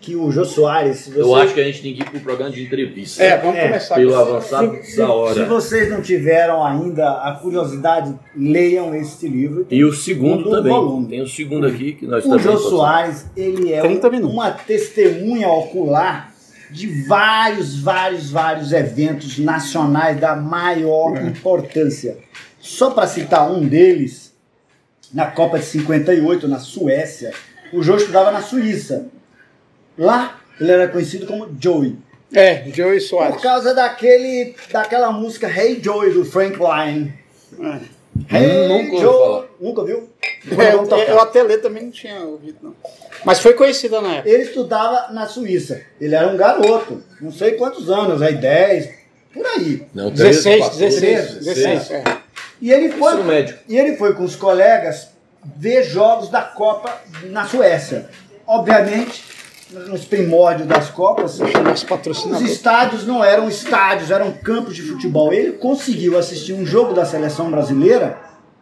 que o Jô Soares, se você...
Eu acho que a gente tem que ir pro programa de entrevista.
É, vamos
É,
começar.
Pelo
com isso.
avançado
se, se-
da hora.
se vocês não tiveram ainda a curiosidade, leiam este livro.
E o segundo
Mudou o
também.
volume.
Tem o segundo aqui que nós
O
também.
Jô
passamos.
Soares, ele é
30
um-
minutos.
uma testemunha ocular de vários, vários, vários eventos nacionais da maior importância. Só para citar um deles, na Copa de 58, na Suécia, o Jô estudava na Suíça. Lá, ele era conhecido como Joey.
É, Joey Soares.
Por causa daquele, daquela música Hey Joey, do Frank Lyon. Hey
Nunca ouvi falar.
Joey. Nunca viu?
É, eu,
Vamos tocar.
eu até ler também não tinha ouvido, não. Mas foi conhecida na época.
Ele estudava na Suíça. Ele era um garoto, não sei quantos anos, aí 10, por aí.
Não,
16,
13,
16,
14,
16. é.
E ele
Ensino
foi,
médio.
e ele foi com os colegas ver jogos da Copa na Suécia. Obviamente, nos primórdios das Copas,
Nosso
os
patrocinador.
estádios não eram estádios, eram campos de futebol. Ele conseguiu assistir um jogo da seleção brasileira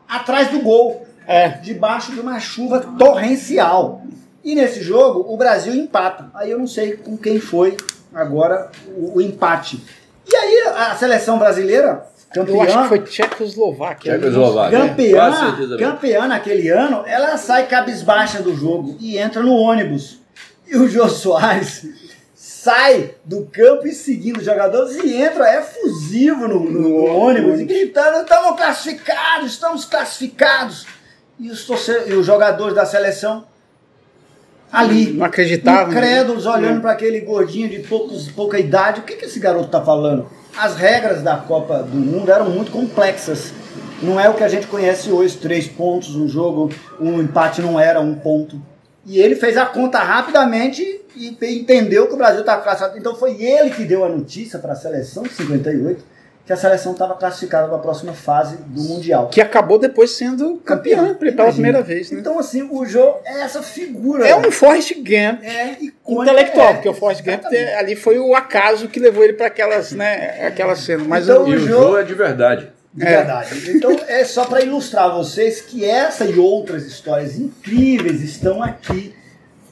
atrás do gol.
É.
debaixo de uma chuva torrencial. E nesse jogo, o Brasil empata. Aí eu não sei com quem foi agora o, o empate. E aí a seleção brasileira,
Eu acho que
campeã,
foi Tchecoslováquia.
Tchecoslováquia.
campeã,
Quase certeza mesmo.
campeã naquele ano, ela sai cabisbaixa do jogo e entra no ônibus. E o Jô Soares sai do campo e seguindo os jogadores e entra efusivo no, no- no ônibus e gritando: estamos classificados, estamos classificados. E os, torce- e os jogadores da seleção ali.
Não acreditava. né?
Incrédulos olhando para aquele gordinho de poucos, pouca idade, o que, que esse garoto tá falando? As regras da Copa do Mundo eram muito complexas. Não é o que a gente conhece hoje, três pontos um jogo, um empate não era um ponto. E ele fez a conta rapidamente e pe- entendeu que o Brasil estava classificado. Então foi ele que deu a notícia para a seleção de 58 que a seleção estava classificada para a próxima fase do Mundial.
Que acabou depois sendo campeã pela
Imagina.
primeira vez, né?
Então assim, o jogo é essa figura. né?
É um Forrest Gump
é icônico,
intelectual,
é,
porque o Forrest Gump
exatamente.
é- ali foi o acaso que levou ele para aquelas, né, aquela cena. Mas
Então,
eu-
E o
Jô-
Jô é de verdade.
De
É.
verdade. Então é só para ilustrar a vocês que essa e outras histórias incríveis estão aqui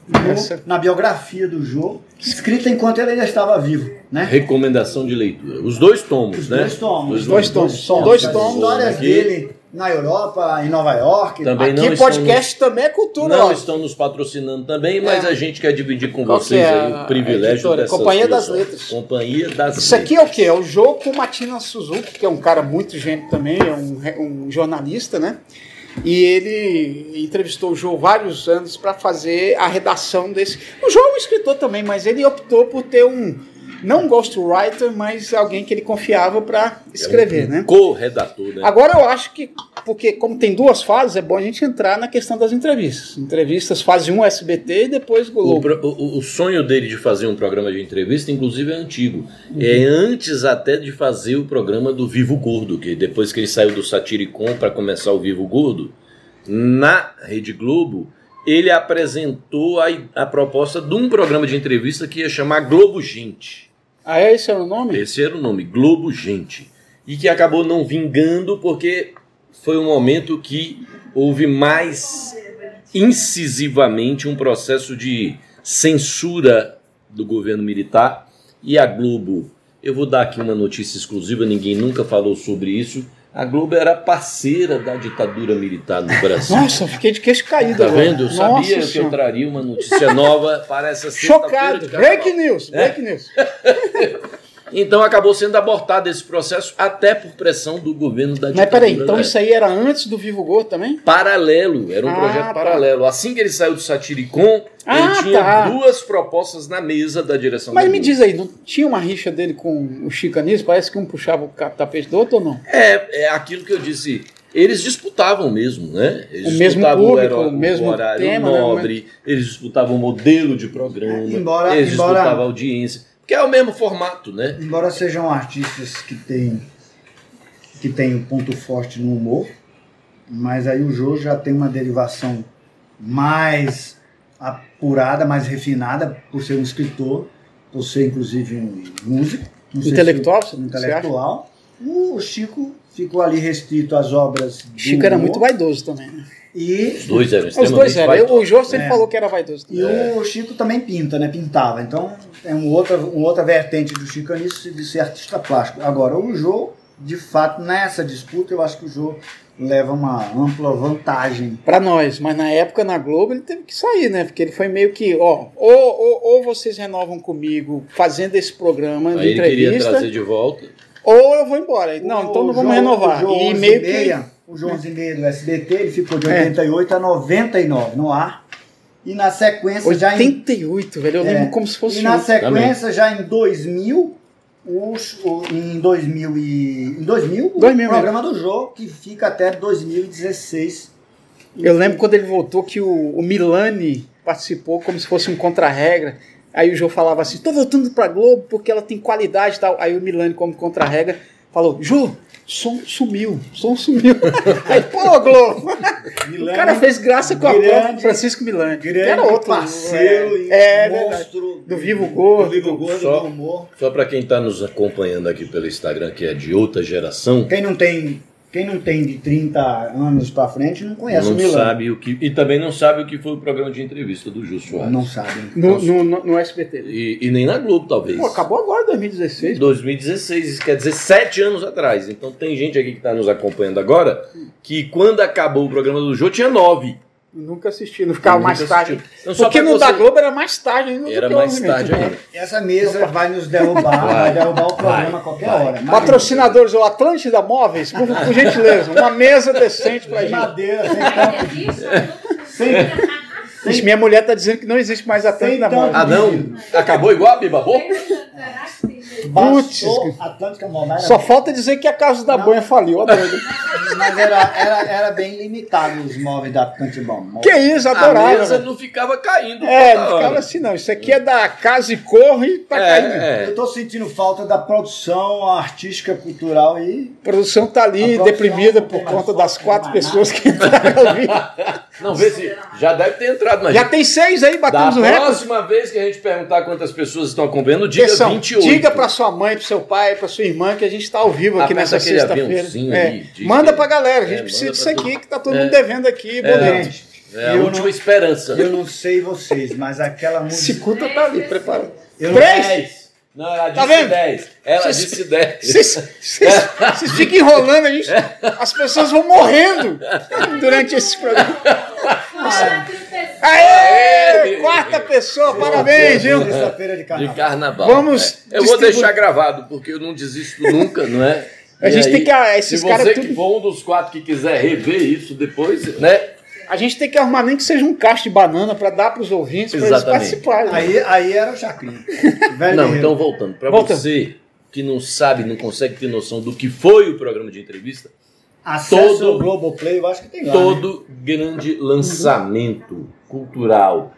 no-
Essa-
na biografia do Jô, escrita enquanto ele ainda estava vivo, né?
Recomendação de leitura. Os dois tomos,
Os
né?
dois tomos.
Os dois tomos. São dois
As
tomos
histórias
aqui.
dele na Europa, em Nova York.
Também não
Aqui
estão
podcast também é
Não
cultura, ó.
estão nos patrocinando também, mas
É.
a gente quer dividir com
Qual que
vocês
é
aí
a
o privilégio
editora?
dessas
Companhia
duas
das
obras.
Letras.
Companhia das
Isso aqui
Letras.
é o quê? É o jogo com o Matina Suzuki, que é um cara muito gente também, é um, re- um jornalista, né? E ele entrevistou o João vários anos para fazer a redação desse. O João é um escritor também, mas ele optou por ter um não ghostwriter, mas alguém que ele confiava para escrever, né?
Co-redator, né?
Agora eu acho que, porque como tem duas fases, é bom a gente entrar na questão das entrevistas. Entrevistas fase 1 SBT e depois
O,
Globo.
pro- o- o sonho dele de fazer um programa de entrevista, inclusive, é antigo.
Uhum.
É antes até de fazer o programa do Vivo Gordo, que depois que ele saiu do Satiricon para começar o Vivo Gordo, na Rede Globo, ele apresentou a, i- a proposta de um programa de entrevista que ia chamar Globo Gente.
Ah, é esse é o nome?
Esse era o nome, Globo Gente. E que acabou não vingando porque foi um momento que houve mais incisivamente um processo de censura do governo militar e a Globo. Eu vou dar aqui uma notícia exclusiva, ninguém nunca falou sobre isso. A Globo era parceira da ditadura militar no Brasil.
Nossa, eu fiquei de queixo caído
Tá
agora.
vendo? Eu
Nossa
sabia que eu
Senhora.
traria uma notícia nova para essa
tá
sexta-feira
Chocado.
de carnaval.
Break news,
É.
break news.
Então acabou sendo abortado esse processo até por pressão do governo da ditadura.
Mas peraí, então
né?
isso aí era antes do Vivo Gordo também?
Paralelo, era um
Ah,
projeto
tá.
paralelo. Assim que ele saiu do Satiricon,
Ah,
ele tinha
tá.
duas propostas na mesa da direção
Mas
da
me
Globo.
diz aí, não tinha uma rixa dele com o Chico Anísio? Parece que um puxava o ca- tapete do outro ou não?
É, é aquilo que eu disse. Eles disputavam mesmo, né? Eles
O mesmo
disputavam
público,
hero-
o mesmo
horário
tema, né?
nobre, eles disputavam o modelo de programa,
É, Embora-
eles
embora-
disputavam a audiência, porque é o mesmo formato, né?
Embora sejam artistas que têm que têm um ponto forte no humor, mas aí o Jô já tem uma derivação mais apurada, mais refinada, por ser um escritor, por ser inclusive um músico, não sei se-
Intelectual, você- você acha?
intelectual. O Chico ficou ali restrito às obras. do
Chico era
humor
muito vaidoso também. né?
E
Os dois eram
Os
extremamente
dois eram. Eu-
vaidosos.
O Jô sempre
É.
falou que era vaidoso.
E o Chico também pinta, né? Pintava. Então é um outra, uma outra vertente do Chico é isso de ser artista plástico. Agora, o Jô, de fato, nessa disputa, eu acho que o Jô leva uma ampla vantagem.
Pra nós, mas na época na Globo ele teve que sair, né? Porque ele foi meio que, ó, ou, ou, ou vocês renovam comigo fazendo esse programa
Aí
de
ele queria
entrevista,
trazer de volta.
ou eu vou embora. Não, então não
O
vamos
Jô-
renovar.
O Jô
E
11
meio que.
meia, O Jô 11 e meia do SBT, ele ficou de
É.
88 a 99 no ar. E na sequência, já em
88, velho. Eu
É.
lembro como se fosse. um-
E na
ontem.
sequência, já em 2000, os, o- em 2000, e, em 2000,
2000
o programa do Jô, que fica até 2016.
Eu lembro quando ele voltou que o, o Milani participou como se fosse um contra-regra. Aí o Jô falava assim: tô voltando pra Globo porque ela tem qualidade e tal. Aí o Milani, como contra-regra, falou: Jô, som sumiu, som sumiu. Aí, pô, Globo! O cara fez graça com a
Grande-
própria Francisco Milani. que
grande
era outro
parceiro e
É, é verdade.
monstro
Do Vivo Gordo.
do Vivo Gordo,
Só-
do humor.
Só para quem está nos acompanhando aqui pelo Instagram, que é de outra geração,
Quem não tem, quem não tem de 30 anos pra frente não conhece
não
o Milan.
sabe o que. E também não sabe o que foi o programa de entrevista do Jô Soares.
Não sabe.
No, no, no, no SBT.
E, e nem na Globo, talvez.
Pô, acabou agora 2016.
2016, isso quer dizer sete anos atrás. Então tem gente aqui que está nos acompanhando agora que quando acabou o programa do Jô tinha nove.
Nunca assisti, não ficava
Nunca
mais tarde.
assistiu. Então, só
Porque
pra
no da
você-
Globo era mais tarde ainda. do
Era
que
mais
hoje, né?
tarde ainda.
Essa mesa vai nos derrubar, vai derrubar o programa a qualquer hora. Mas-
Patrocinadores, o Atlântida Móveis, por, por gentileza, uma mesa decente pra
De
gente.
madeira, assim, sem
Olha
tampa.
aqui, só
Vixe, minha mulher tá dizendo que não existe mais Atlântida
Sem tanto.
Móveis.
Ah, não? Acabou igual a Bibabô?
não-
Baixou Atlântica Mobile.
Só falta dizer que a Casa da Banha faliu. a doida.
Mas era, era, era bem limitado os móveis da Cantibão.
Que isso,
A
adorava.
mesa
velho.
não ficava caindo.
É,
toda
não ficava
hora.
assim não. Isso aqui é da Casa e Corre e tá caindo.
É, é.
Eu tô sentindo falta da produção artística, cultural e
A produção tá ali
A produção
deprimida
não
por
tem mais
conta das
foco,
quatro
não tem mais
pessoas que entraram ali.
Não, vê se já deve ter entrado na
Já tem seis aí,
Da
batemos o recorde.
próxima vez que a gente perguntar quantas pessoas estão acompanhando, diga
Atenção,
28.
diga pra sua mãe, pro seu pai, pra sua irmã que a gente tá ao vivo aqui
Aperta
nessa
aquele
sexta-feira.
aviãozinho
É.
um ali, diz
Manda
que-
pra galera, a
É,
gente
manda
precisa
pra
disso
todo-
aqui que tá todo
É.
mundo devendo aqui, boleto.
Gente,
É a
eu
última
não-
esperança.
eu não sei vocês, mas aquela
Esse
música.
culto tá ali, preparado.
Eu
Três!
Dez. Não, ela disse
Tá vendo?
10. Ela
Vocês-
disse 10.
Vocês vocês- vocês ficam enrolando, a gente, as pessoas vão morrendo durante esse programa. Aê!
Aê!
Quarta pessoa, parabéns, viu?
Sexta-feira de
De
carnaval.
carnaval.
Vamos
É. Eu vou
distribuir-
deixar gravado, porque eu não desisto nunca, não é?
A
E
gente
aí,
tem que. ah, Esses
se você
caras
que
tudo.
for um dos quatro que quiser rever isso depois, né?
A gente tem que arrumar nem que seja um caixa de banana para dar para os ouvintes, para eles
Exatamente.
participarem.
Aí, aí era o Chacrinha. Velho
Não,
guerreiro.
então voltando. Para
Voltando.
você que não sabe, não consegue ter noção do que foi o programa de entrevista,
Acesso
todo-
ao Globoplay, eu acho que tem lá. né?
todo grande lançamento cultural,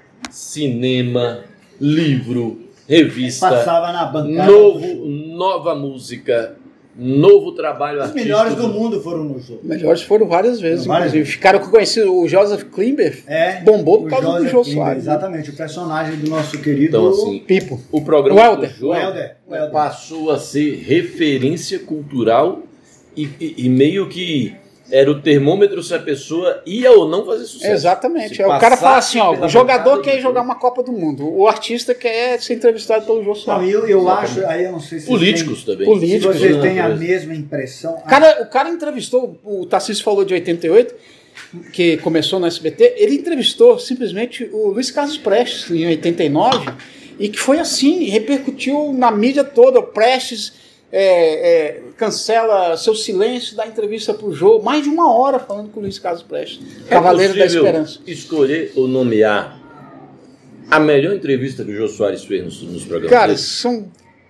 cinema, livro, revista,
Passava na bancada.
novo, nova música, novo trabalho
Os
artístico.
melhores do mundo foram no jogo.
Melhores foram várias vezes,
Várias
inclusive. Ficaram conhecidos. O Joseph Klimber
É.
bombou por
o
causa do
Joseph
Jô
Klimber,
Soares.
Exatamente, o personagem do nosso querido
né? Então, assim,
Pipo.
o programa
Welder.
do
o
João
Helder. O Helder.
passou a ser referência cultural e, e- e meio que era o termômetro se a pessoa ia ou não fazer sucesso.
Exatamente.
Se
É, o cara
passar
fala assim: ó,
pela
o jogador
bancada
quer
do
jogar
jogo.
uma Copa do Mundo, o artista quer ser entrevistado pelo Jô
Não,
Soares.
eu, eu
Exatamente.
acho, aí eu não sei se
Políticos também.
tem, se
Políticos.
você
né,
tem a
natureza.
mesma impressão.
O cara, o cara entrevistou, o Tarcísio falou de 88, que começou no SBT, ele entrevistou simplesmente o Luiz Carlos Prestes em 89, e que foi assim, repercutiu na mídia toda, o Prestes é, é, cancela seu silêncio, dá entrevista pro Jô, mais de uma hora falando com o Luiz Carlos Prestes, Cavaleiro da
É possível
Esperança.
Escolher ou nomear a melhor entrevista que o Jô Soares fez nos, nos programas.
Cara,
dele?
são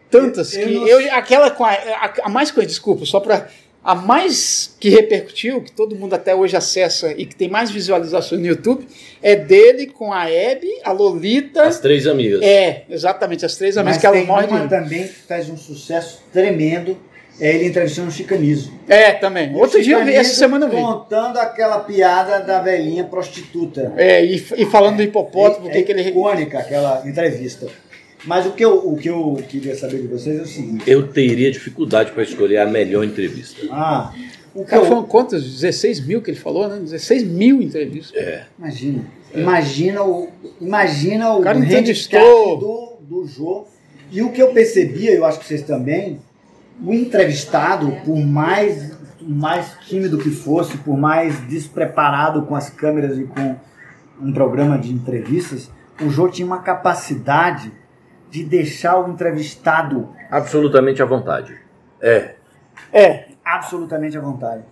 tantas
Eu
que
não-
eu, aquela com a, a, a mais coisa, desculpa, só para a mais que repercutiu, que todo mundo até hoje acessa e que tem mais visualizações no YouTube, é dele com a Hebe, a Lolita.
as três amigas.
É, exatamente, as três amigas
Mas
que ela
tem
morre de.
uma também que faz um sucesso tremendo. É ele entrevistando o Chicanismo.
É, também. Outro dia eu vi, essa semana eu vi.
Contando aquela piada da velhinha prostituta.
É, e, e falando do hipopótamo, o
é,
que que
é
ele.
icônica aquela entrevista. Mas o que, eu, o que eu queria saber de vocês é o seguinte.
Eu teria dificuldade para escolher a melhor entrevista.
Ah, o
O
que eu,
cara foram quantos? 16 mil que ele falou, né? 16 mil entrevistas.
É.
Imagina. Imagina o, imagina o,
O cara
handicap
entrevistou.
do, do Jô. E o que eu percebia, eu acho que vocês também, o entrevistado, por mais, por mais tímido que fosse, por mais despreparado com as câmeras e com um programa de entrevistas, o Jô tinha uma capacidade de deixar o entrevistado
Absolutamente à vontade. É.
É,
absolutamente à vontade.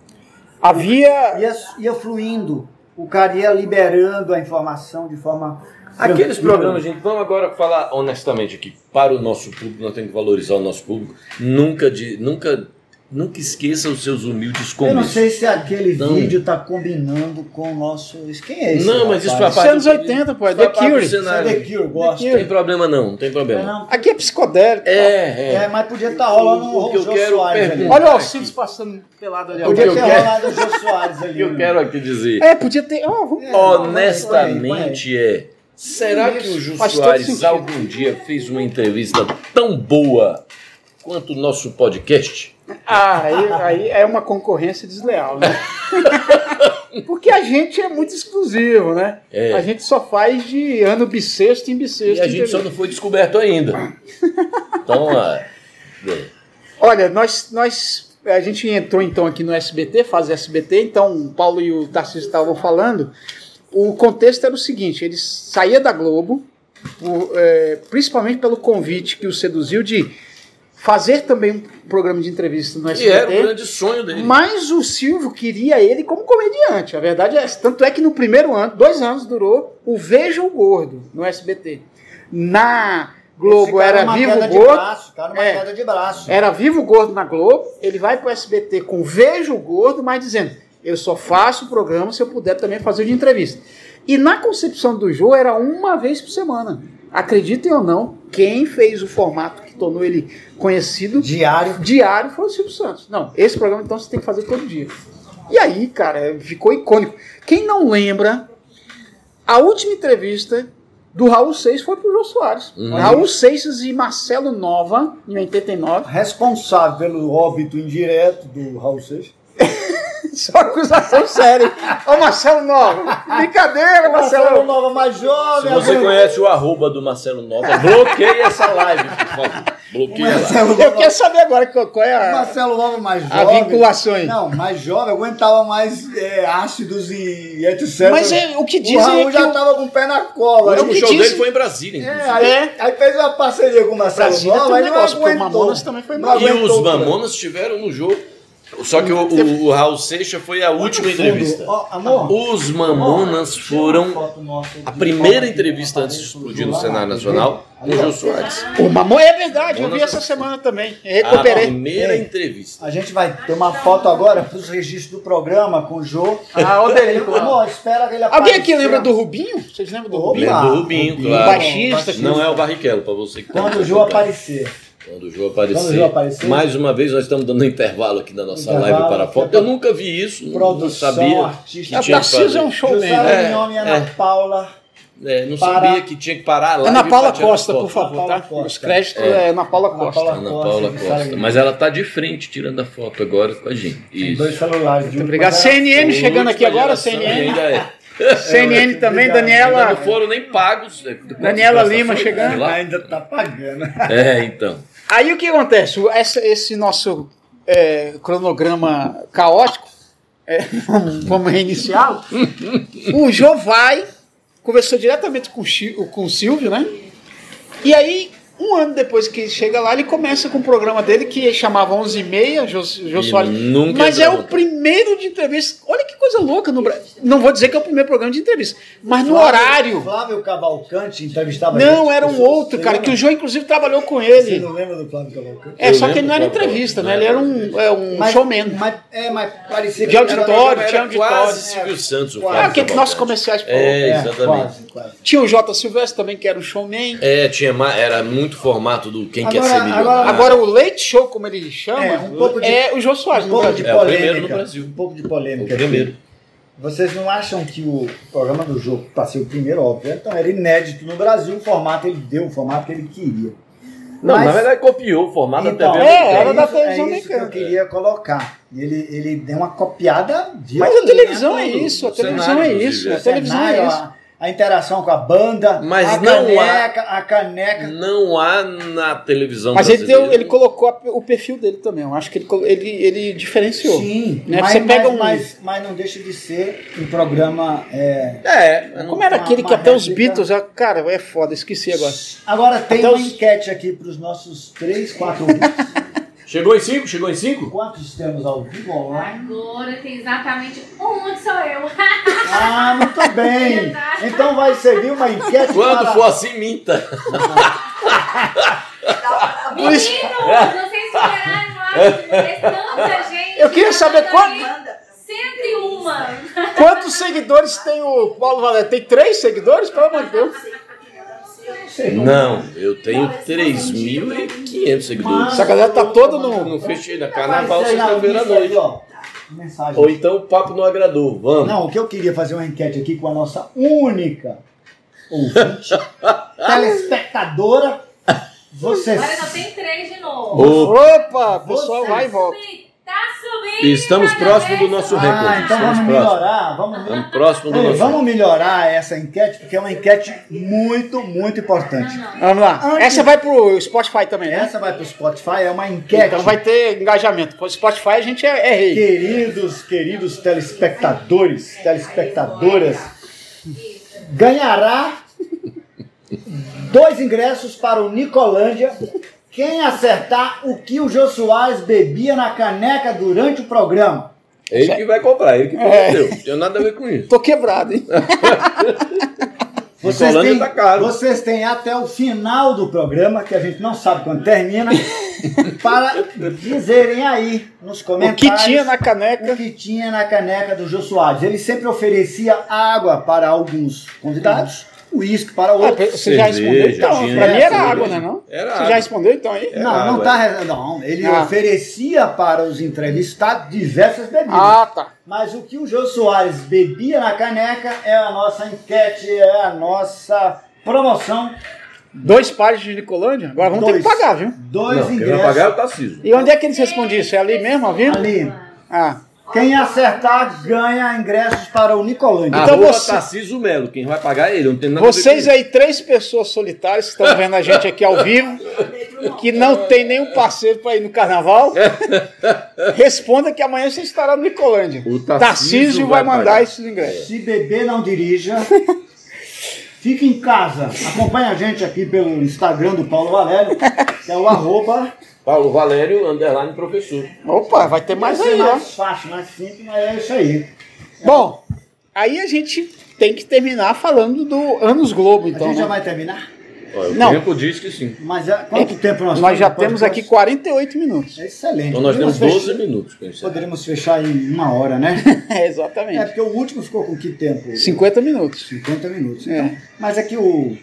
havia.
Ia, ia fluindo, o cara ia liberando a informação de forma.
Aqueles
tranquila.
programas, gente, vamos agora falar honestamente aqui. Para o nosso público, nós temos que valorizar o nosso público. Nunca, de, nunca, nunca esqueça os seus humildes
Eu não
começos.
sei se aquele
Não.
vídeo tá combinando com o nosso. Quem é esse?
Então- Não, mas isso é
rapaz?
Isso é anos 80, pô, é
Isso
The
é parte do
Cure.
cenário.
Isso é The Cure, gosto.
The
Não tem problema não, não tem
É,
problema.
não.
Aqui é psicodélico.
É, é.
É, mas podia estar rolando
O
o
que eu
Jô
quero
Soares ali.
perguntar-
Olha o Alcides passando pelado ali. ó.
O que
Podia
eu
ter
quero-
rolado o Jô Soares
O
ali.
que eu
né?
quero aqui dizer.
É, podia ter. ó, vamos-
É,
Honestamente é. Será que o Jô
Faz todo
Soares
sentido.
algum dia fez uma entrevista tão boa quanto o nosso podcast?
Ah, aí, aí é uma concorrência desleal, né? Porque a gente é muito exclusivo, né?
É.
A gente só faz de ano bissexto em
E
bissexto.
a gente só
entendeu?
não foi descoberto ainda. Então, ah, é.
Olha, nós, nós. A gente entrou então aqui no SBT, faz SBT, então o Paulo e o Tarcísio estavam falando. O contexto era o seguinte: ele saía da Globo, o- é, principalmente pelo convite que o seduziu de fazer também um programa de entrevista no
E
SBT.
era o grande sonho dele.
Mas o Silvio queria ele como comediante. A verdade é essa. Tanto é que no primeiro ano, dois anos durou o Veja o Gordo no SBT. Na Globo
Esse cara
era
numa
Vivo
queda de
Gordo.
braço, cara, uma
É.
queda de braço.
Era Vivo Gordo na Globo. Ele vai pro SBT com Veja o Gordo, mas dizendo: eu só faço o programa se eu puder também fazer de entrevista. E na concepção do Jô era uma vez por semana. Acreditem ou não, quem fez o formato que tornou ele conhecido
Diário.
diário foi o Silvio Santos. Não, esse programa então você tem que fazer todo dia. E aí, cara, ficou icônico. Quem não lembra A última entrevista do Raul Seixas foi pro João Soares.
Hum.
Uhum.
Raul Seixas e Marcelo Nova, em 89.
Responsável pelo óbito indireto do Raul Seixas.
Só é acusação séria. Ô Marcelo Nova, brincadeira,
Marcelo
Marcelo.
Nova mais
Se
jovem.
você
agora-
conhece o arroba do Marcelo Nova, bloqueie essa live, por favor. Bloqueia lá.
Marcelo
Eu
Nova,
quero saber agora qual qual é a,
Marcelo Nova mais
a
jovem.
vinculação aí.
Não, mais jovem, aguentava mais é, ácidos e etc.
Mas é, o que
o
dizem
Raul
é que
já tá-
o-
estava com o pé na
O
cola.
Eu
último
que
show
disse-
dele foi em Brasília,
É,
inclusive.
aí,
É.
aí fez uma parceria com o Marcelo
Brasília
Nova,
tem um
ele não
negócio, porque o
aguentou.
Mamonas também foi
Não
mal.
E
aguentou
os
o programa.
Mamonas estiveram no jogo. Só que o, o- o Raul Seixas foi a última
Fundo,
entrevista.
ó, amor,
Os Mamonas foram a primeira entrevista antes de explodir no Senado Nacional com o Jô Soares.
O Mamon é verdade, eu
Mamona
vi
tá
essa
certo.
semana
Ah,
também.
A
Recuperei.
primeira
É.
entrevista.
A gente vai tomar foto agora para os registros do programa com o Jô.
Ah, o dele,
Amor, espera que ele
Alguém aqui
aparecer.
lembra do Rubinho? Vocês lembram do Rubinho?
Lembra do Rubinho,
Rubinho,
claro.
baixista.
Não é o Barrichello, para você que tá
Quando o
me
Jô
acompanhando.
aparecer.
Quando o Jô
Quando o Jô
aparecer.
aparecer.
Mais uma vez, nós estamos dando um intervalo aqui na nossa
Intervalo,
live para a foto.
fica-
Eu nunca vi isso, não- não
Produção,
sabia que
artista.
tinha
A
que
Tarcísio é um
fazer.
showman. né?
José
É,
Leone, Ana
é.
Paula.
É, não
Para-
sabia que tinha que parar lá.
Ana Paula Costa, por favor,
Ana
tá?
Paula Costa.
Os créditos é Ana Paula
Ana
Costa.
Paula-
Ana Paula
Costa,
Costa.
sabe?
Mas ela está de frente tirando a foto agora com a gente.
Tem
Isso.
Dois celulares. de um
Obrigado.
pra-
CNN chegando aqui
Última
agora,
geração
CNN.
Ainda, é.
CNN também,
Ainda
Obrigado.
Daniela.
não foram nem pagos. né?
Daniela
Prestações,
Lima chegando.
sei lá.
Ainda tá pagando.
É, então.
Aí o que acontece? O- essa- esse nosso é, cronograma caótico, é, vamos vamos reiniciá-lo. o Jô vai, conversou diretamente com, o Chi- com o Silvio, né? E aí, um ano depois que ele chega lá, ele começa com o programa dele que chamava 11 e meia, Jô, Jô
E
Soares.
nunca
Mas é o
entrou.
primeiro de entrevista. Olha que coisa louca no Brasil. Não vou dizer que é o primeiro programa de entrevista, mas no
Flávio-
horário.
Flávio Cavalcante entrevistava
Não,
gente.
era um
Você-
outro,
você
cara, que
lembra?
o Jô, inclusive, trabalhou com
Você
ele.
não lembra do Flávio Cavalcante?
É,
Eu
só que
lembro
ele não era
do Flávio
entrevista, né?
Paulo,
Ele era
um né?
um, é, um showman.
Mas, é, mas parecia
De
era-
auditório.
Era
tinha auditório.
quase Silvio Santos. o
quase.
Flávio
Ah, aqueles
Cavalcante.
nossos comerciais. pô.
É,
É,
exatamente.
quase, quase.
Tinha o Jota Silvestre também, que era um showman.
É, tinha ma- era muito formato do Quem Quer
Agora-
Ser Milionário.
Agora, o Late Show, como ele chama,
É, um pouco de-
é o Jô Soares.
Um
no
pouco de
Brasil.
É o primeiro
polêmica.
no Brasil.
Um pouco de
o
polêmica. aqui.
primeiro.
Vocês não acham que o programa do jogo, para ser o primeiro, óbvio, então era inédito no Brasil, o formato ele deu, o formato que ele queria.
Não,
Mas-
na verdade copiou o formato
Então,
da TV
é,
americana.
era da
isso-
televisão
é isso que eu
americana.
queria colocar. Ele, ele deu uma copiada
Mas a
violenta.
televisão
né?
é isso, a
O
televisão
cenário,
é isso,
inclusive,
a
é.
O
televisão
cenário,
é isso.
A, a interação com a banda,
Mas
a,
não
caneca, a caneca,
Não há na televisão
Mas ele,
brasileira.
deu, ele colocou a- o perfil dele também. Eu acho que ele, colo- ele, ele diferenciou.
Sim,
Né?
mas,
Você pega
mas,
um-
mas, mas não deixa de ser um programa. é,
É,
Como era
Uma-
aquele que
uma
até os
réplica.
Beatles... ah, Cara, é foda, esqueci agora.
Agora tem
Até
uma
os-
enquete aqui para os nossos três, quatro ouvintes.
Chegou em 5? Chegou em 5?
Quantos temos ao vivo online?
Agora tem exatamente um sou eu.
Ah, muito bem! Então vai servir uma enquete
Quando
para...
for assim, minta.
Meninos, vocês superaram a arte de ver tanta gente. tá
Eu queria saber quanto-
101.
Quantos seguidores tem o Paulo Valério? Tem três seguidores? Pelo amor de Deus.
Não, eu tenho 3.500 seguidores.
Essa galera tá toda no-
Não fechei na
Apareceu
carnaval
aí é na
sexta-feira à
lista aí,
noite.
ó. Mensagem.
Ou então o papo não agradou. Vamos.
Não, o que eu queria fazer uma enquete aqui com a nossa única ouvinte, telespectadora. Você
Agora só tem três de novo.
Ô,
Opa, pessoal, vai e volta.
Tá subindo.
Estamos
cada
próximo do
vez
nosso
mais.
recorde.
Ah, então
Somos
vamos
próximos.
melhorar, vamos melhorar.
Vamos É um próximo
É,
do
Ei,
nosso.
vamos melhorar essa enquete, porque é uma enquete muito, muito importante.
Vamos lá.
Antes-
Essa vai pro Spotify também, né?
Essa vai para o Spotify, é uma enquete.
Então vai ter engajamento. Pro Spotify a gente é, é rei.
Queridos, queridos telespectadores, telespectadoras, ganhará dois ingressos para o Nicolândia. Quem acertar o que o Jô Soares bebia na caneca durante o programa.
Ele que vai comprar, ele que
É.
prometeu. Não tem nada a ver com isso.
Tô quebrado, hein?
Vocês
Nicolândia
têm,
tá caro.
vocês têm até o final do programa, que a gente não sabe quando termina, para dizerem aí nos
O
comentários.
que tinha na
o
caneca.
que tinha na caneca do Jô Soares. Ele sempre oferecia água para alguns convidados, uísque para
Ah,
outros.
você já respondeu
Cerveja,
então?
tinha
Pra mim era
cerveja.
água, né? Não?
Era
Você
água.
já respondeu então aí?
É
não, não
água,
tá. Não, ele
Ah.
oferecia para os entrevistados diversas bebidas.
Ah, tá.
Mas o que o Jô Soares bebia na caneca é a nossa enquete, é a nossa promoção.
Dois pares de Nicolândia? Agora vamos ter que
Dois.
pagar, viu?
Dois
não, quem vai
ingressos.
pagar é o Tarcísio.
E onde é que eles respondem isso? É ali mesmo, a vida?
Ali.
Ah,
Quem acertar ganha ingressos para o Nicolândia.
Então
Arroba
você-
Tarcísio Melo, quem vai pagar é ele. Não tem nada a ver
vocês
com
aí, três pessoas solitárias que estão vendo a gente aqui ao vivo, que não tem nenhum parceiro para ir no carnaval, responda que amanhã você estará no Nicolândia.
É. O Tarcísio
Tarcísio
vai
vai
pagar.
mandar esses ingressos.
Se beber, não dirija. Fique em casa. Acompanha a gente aqui pelo Instagram do Paulo Valério, que é o arroba.
isso. Paulo Valério, underline professor.
Opa, vai ter mais
Vai ser
aí, ó.
mais fácil, mais simples, mas é isso aí.
Bom, aí a gente tem que terminar falando do Anos Globo,
a
então.
gente já
né?
vai terminar.
Ó, o
Não.
tempo diz que sim.
Mas é- quanto tempo nós,
Nós já
temos de
temos aqui
podcast?
48 minutos.
É excelente.
Então nós temos
Podemos
12
fechar-
minutos para encerrar.
Poderíamos fechar em uma hora, né?
É,
É
exatamente.
porque o último ficou com que tempo?
50 É, minutos.
50 minutos.
É.
Então, mas é que o,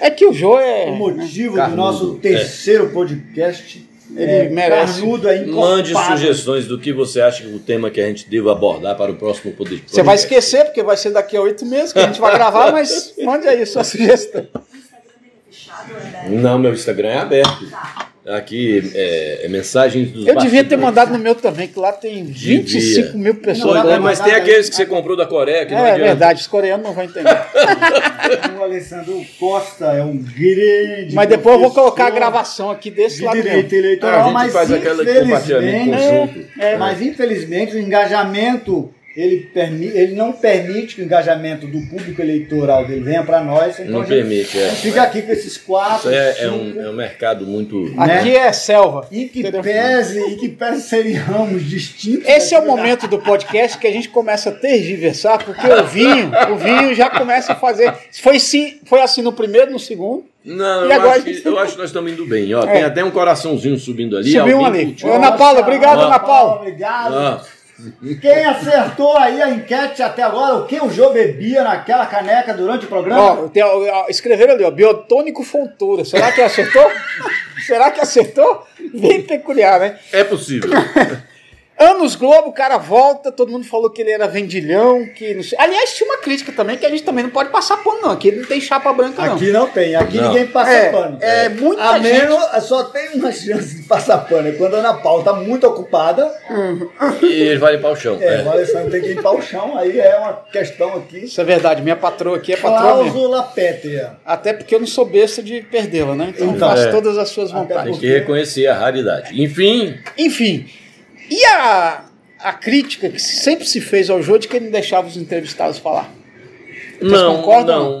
É que o Jô é.
o motivo do
Carnudo,
nosso
é.
terceiro podcast
Ele
é,
merece.
Carnudo é encorpado.
Mande sugestões do que você acha que o tema que a gente deva abordar para o próximo poder.
Você vai esquecer, porque vai ser daqui a oito meses que a gente vai gravar, mas mande aí sua sugestão.
tá?
Não, meu Instagram é aberto. Aqui é, é mensagens dos
Eu devia ter
bastidores.
mandado no meu também, que lá tem 25 mil
Só-
pessoas.
Não,
é, mas tem
mandar,
aqueles
né?
que você comprou da Coreia, que não
é,
adianta.
verdade, os coreanos não vão entender.
O Alessandro Costa é um grande.
Mas depois eu vou
professor
colocar a gravação aqui desse
De
lado mesmo.
direito eleitoral,
Ah, a gente
mas
faz aquela de compartilhamento
infelizmente,
conjunto.
É, mas infelizmente o engajamento ele, permi ele não permite que o engajamento do público eleitoral dele venha para nós. Então
Não
a gente
permite, é.
Fica aqui com esses
Isso
quatro.
é, é
cinco,
um, é um mercado muito.
Né?
Aqui é selva.
E que
Entendeu?
pese, e que pese serem ramos distintos. né?
Esse é o
daquilo da-
momento do podcast que a gente começa a tergiversar, porque o vinho, o vinho já começa a fazer. Foi, sim, foi assim no primeiro, no segundo.
Não,
E
eu,
agora
acho
a gente- um
que, eu acho que nós estamos indo bem. Ó,
É.
Tem até um coraçãozinho subindo ali.
Subiu um
alguém
ali.
curtiu.
Ana Paula, obrigado,
Ó.
Ana Paula.
Obrigado.
Ah,
Quem acertou aí a enquete até agora, o que o Jô bebia naquela caneca durante o programa?
Ó, tem- ó, escreveram ali, ó, biotônico fontura. Será que acertou? Será que acertou? Bem peculiar, né?
é possível.
Anos Globo, o cara volta, todo mundo falou que ele era vendilhão, que não sei. Aliás, tinha uma crítica também que a gente também não pode passar pano, não. Aqui não tem chapa branca, não.
Aqui não tem, aqui
Não.
ninguém passa
é,
pano.
é, muita
A
gente.
menos, só tem uma chance de passar pano. É quando a Ana Paula tá muito ocupada,
E ele vai limpar o chão.
é,
é.
o Alessandro tem que limpar o chão, aí é uma questão aqui.
Isso é verdade, minha patroa aqui é patroa mesmo.
Cláusula pétrea.
Até porque eu não sou besta de perdê-la, né? Então, Ah,
Então,
faz
é.
todas as suas
Até
vontades.
Tem que reconhecer a raridade. Enfim,
tá Enfim, e a, a crítica que sempre se fez ao Jô de que ele não deixava os entrevistados falar?
não,
concordam?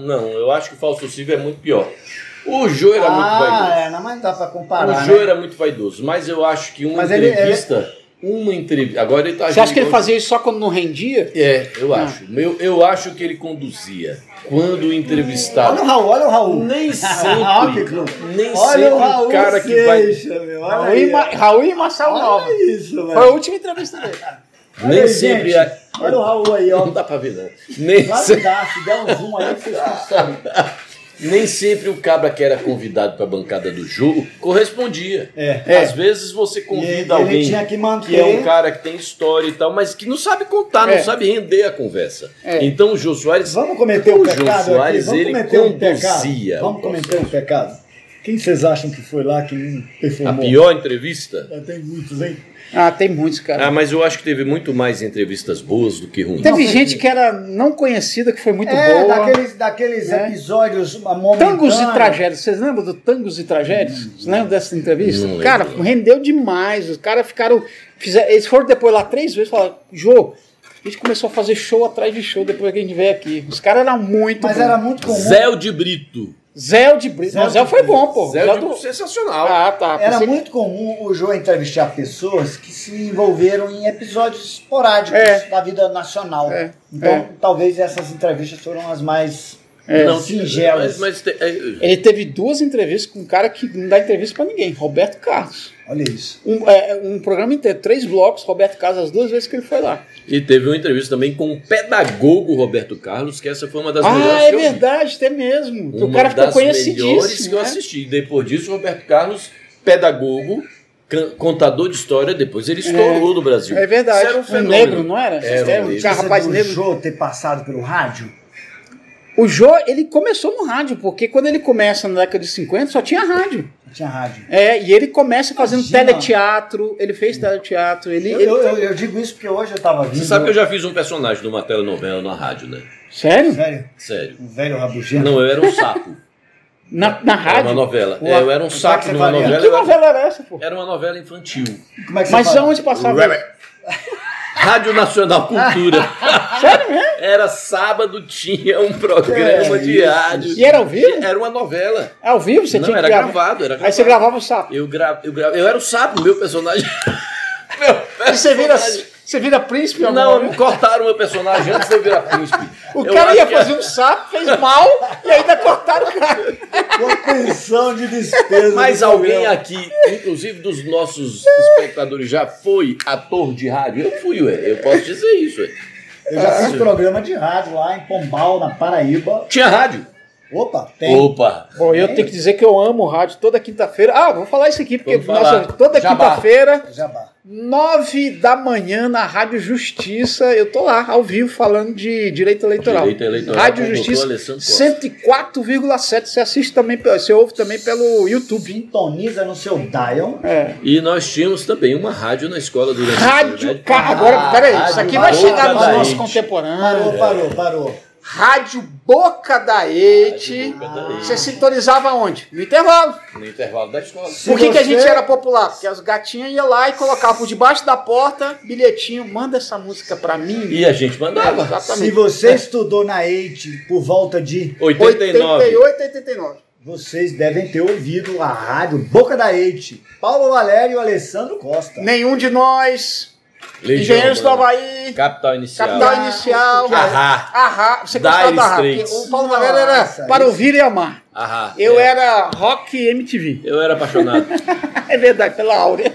não, não. Eu acho que o falso Silvio é muito pior. O Jô era muito
ah,
vaidoso.
é, não, mas dá pra comparar,
o Jô
né?
era muito vaidoso. Mas eu acho que uma
Mas ele-
entrevista. Uma entrevista. Agora ele tá
é- Você acha que ele Ah.
agindo-
fazia isso só quando não rendia?
É, eu acho. Eu, eu acho que ele conduzia. Quando o
Olha o
entrevistado.
Raul, olha o Raul.
Nem
Olha que
sempre.
clube.
nem
Olha
sempre
o Raul
o cara que vai.
Seixas, meu, olha
Raul
aí,
e, Ma, Raul e Marcelo
olha
Nova.
isso, velho.
Foi a última entrevista dele.
Olha
Nem
aí,
sempre. é-
gente.
a-
Olha o Raul aí, ó.
Não dá pra ver, não. Nem,
Claro que
se-
dá, se der um zoom aí que vocês conseguem.
nem sempre o cabra que era convidado pra bancada do jogo correspondia.
É.
Às vezes você convida
Ele- ele
alguém
tinha que manter-
é um cara que tem história e tal, mas que não sabe contar,
É.
não sabe render a conversa.
É.
Então o Jô Soares.
Vamos cometer um
o
pecado
Jô
aqui?
Soares,
Vamos
ele
cometer um
conduzia.
pecado. Vamos
o
cometer um pecado. Quem vocês acham que foi lá que não
A
performou?
pior entrevista?
Já tem muitos, hein?
Ah, tem muitos, cara.
Ah, mas eu acho que teve muito mais entrevistas boas do que ruins.
Teve gente que era não conhecida, que foi muito
é,
boa.
daqueles, daqueles
né?
episódios momentâneos.
Tangos e Tragédias. Vocês lembram do Tangos e Tragédias? Vocês lembram dessa entrevista?
Hum, Não lembro.
cara, rendeu demais. Os caras ficaram. fizeram- eles foram depois lá três vezes e falaram: Jô, a gente começou a fazer show atrás de show depois que a gente veio aqui. Os caras eram muito.
Mas
bons.
era muito comum.
Zéu de Brito.
Zé de Brito.
Zé
Mas Zé
de
foi
Brito.
bom, pô.
Zé
Zé
de
do-
Brito, sensacional.
Ah, tá.
Era
Pensei que-
muito comum o João entrevistar pessoas que se envolveram em episódios esporádicos
É.
da vida nacional.
É,
Então,
é.
talvez essas entrevistas foram as mais
É.
não, singelas.
Mas, mas te- é,
Ele teve duas entrevistas com um cara que não dá entrevista pra ninguém, Roberto Carlos.
Olha isso.
Um, é, um programa inteiro, três blocos, Roberto Carlos, as duas vezes que ele foi lá.
e teve uma entrevista também com o pedagogo Roberto Carlos, que essa foi uma das
Ah,
melhores
é
que eu vi.
verdade, até mesmo.
Uma
o cara ficou
das melhores que
conhecidíssimo.
eu
né?
assisti. Depois disso, Roberto Carlos, pedagogo, can- contador de história, depois ele estourou no Brasil.
É verdade.
Isso era um
um
fenômeno.
negro, não era?
Era um negro.
tinha um rapaz
é do
negro.
Jô ter passado pelo rádio?
O Jô, ele começou no rádio, porque quando ele começa na década de 50, só tinha rádio.
Não tinha rádio.
É, e ele começa fazendo
Imagina. Hum.
teleteatro, ele fez teleteatro, ele...
Eu,
ele-
eu- eu- eu digo isso porque hoje eu tava vindo.
Você sabe que eu já fiz um personagem numa telenovela na rádio, né?
Sério?
Sério?
Sério.
Um velho rabugento.
Não, eu era um sapo.
Na, na
Era uma
rádio?
novela.
Ué,
É, eu era um
o
sapo
Taxi
numa
Faria.
novela.
Que
eu era-
novela era essa, pô?
Era uma novela infantil.
Como é que você
Mas
fala?
aonde passava?
Rádio Nacional Cultura.
Sério mesmo?
Era sábado, tinha um programa
É
de
isso.
rádio.
E era ao vivo?
Era uma novela.
Ao vivo? Você
Não,
tinha que
era
gravar?
gravado, era
Aí você
gravado.
gravava o sapo.
Eu, gra... eu, gra... eu era o sapo, meu personagem.
E você vira, você vira príncipe alguma
Não,
vez?
me cortaram meu personagem antes de eu virar príncipe.
O
Eu
cara
acho
ia
que- é.
fazer um sapo, fez mal, e ainda cortaram o cara.
Uma pensão de despesa.
Mas
do
alguém
programa.
aqui, inclusive dos nossos espectadores, já foi ator de rádio? Eu fui, ué. Eu posso dizer isso, ué.
Eu já fiz programa de rádio lá em Pombal, na Paraíba.
Tinha rádio.
Opa, tem.
Opa!
Bom, eu tenho que dizer que eu amo o rádio toda quinta-feira. Ah, vou falar isso aqui, porque
Vamos falar.
nossa, toda
Jabá.
quinta-feira,
Jabá.
nove da manhã, na Rádio Justiça, eu tô lá, ao vivo, falando de direito eleitoral.
Direito eleitoral
Rádio
com o
Justiça,
doutor Alessandro Costa.
104,7. Você assiste também, pe- você ouve também pelo YouTube.
Sintoniza no seu dial.
É.
E nós tínhamos também uma rádio na escola durante a
Rádio.
faculdade.
Ca... Agora, peraí,
Rádio
isso aqui vai chegar nos
né? Ah, Boca da
nossos
Ente.
Ah,
contemporâneos.
Parou, parou, parou.
Rádio Boca da Ete.
Rádio Boca da Ete.
Você sintonizava onde? No intervalo.
No intervalo da escola.
Se
Por que, que a
você-
gente era popular? Porque as gatinhas iam lá e colocavam por debaixo da porta bilhetinho, manda essa música pra mim.
E a gente mandava.
Se
Exatamente.
você estudou na EIT por volta de
89.
88, 89.
Vocês devem ter ouvido a rádio Boca da Eite, Paulo Valério e Alessandro Costa.
Nenhum de nós.
Legião
Engenheiros do
Urbana.
Havaí.
Capital Inicial.
Capital Inicial.
Ahá.
Ahá. Você gostava
Dire
da Ahá.
Straits.
porque O Paulo Valério era
Nossa,
para
isso.
ouvir e amar.
Ahá.
Eu
É.
era rock MTV.
Eu era apaixonado.
É verdade, pela Áurea.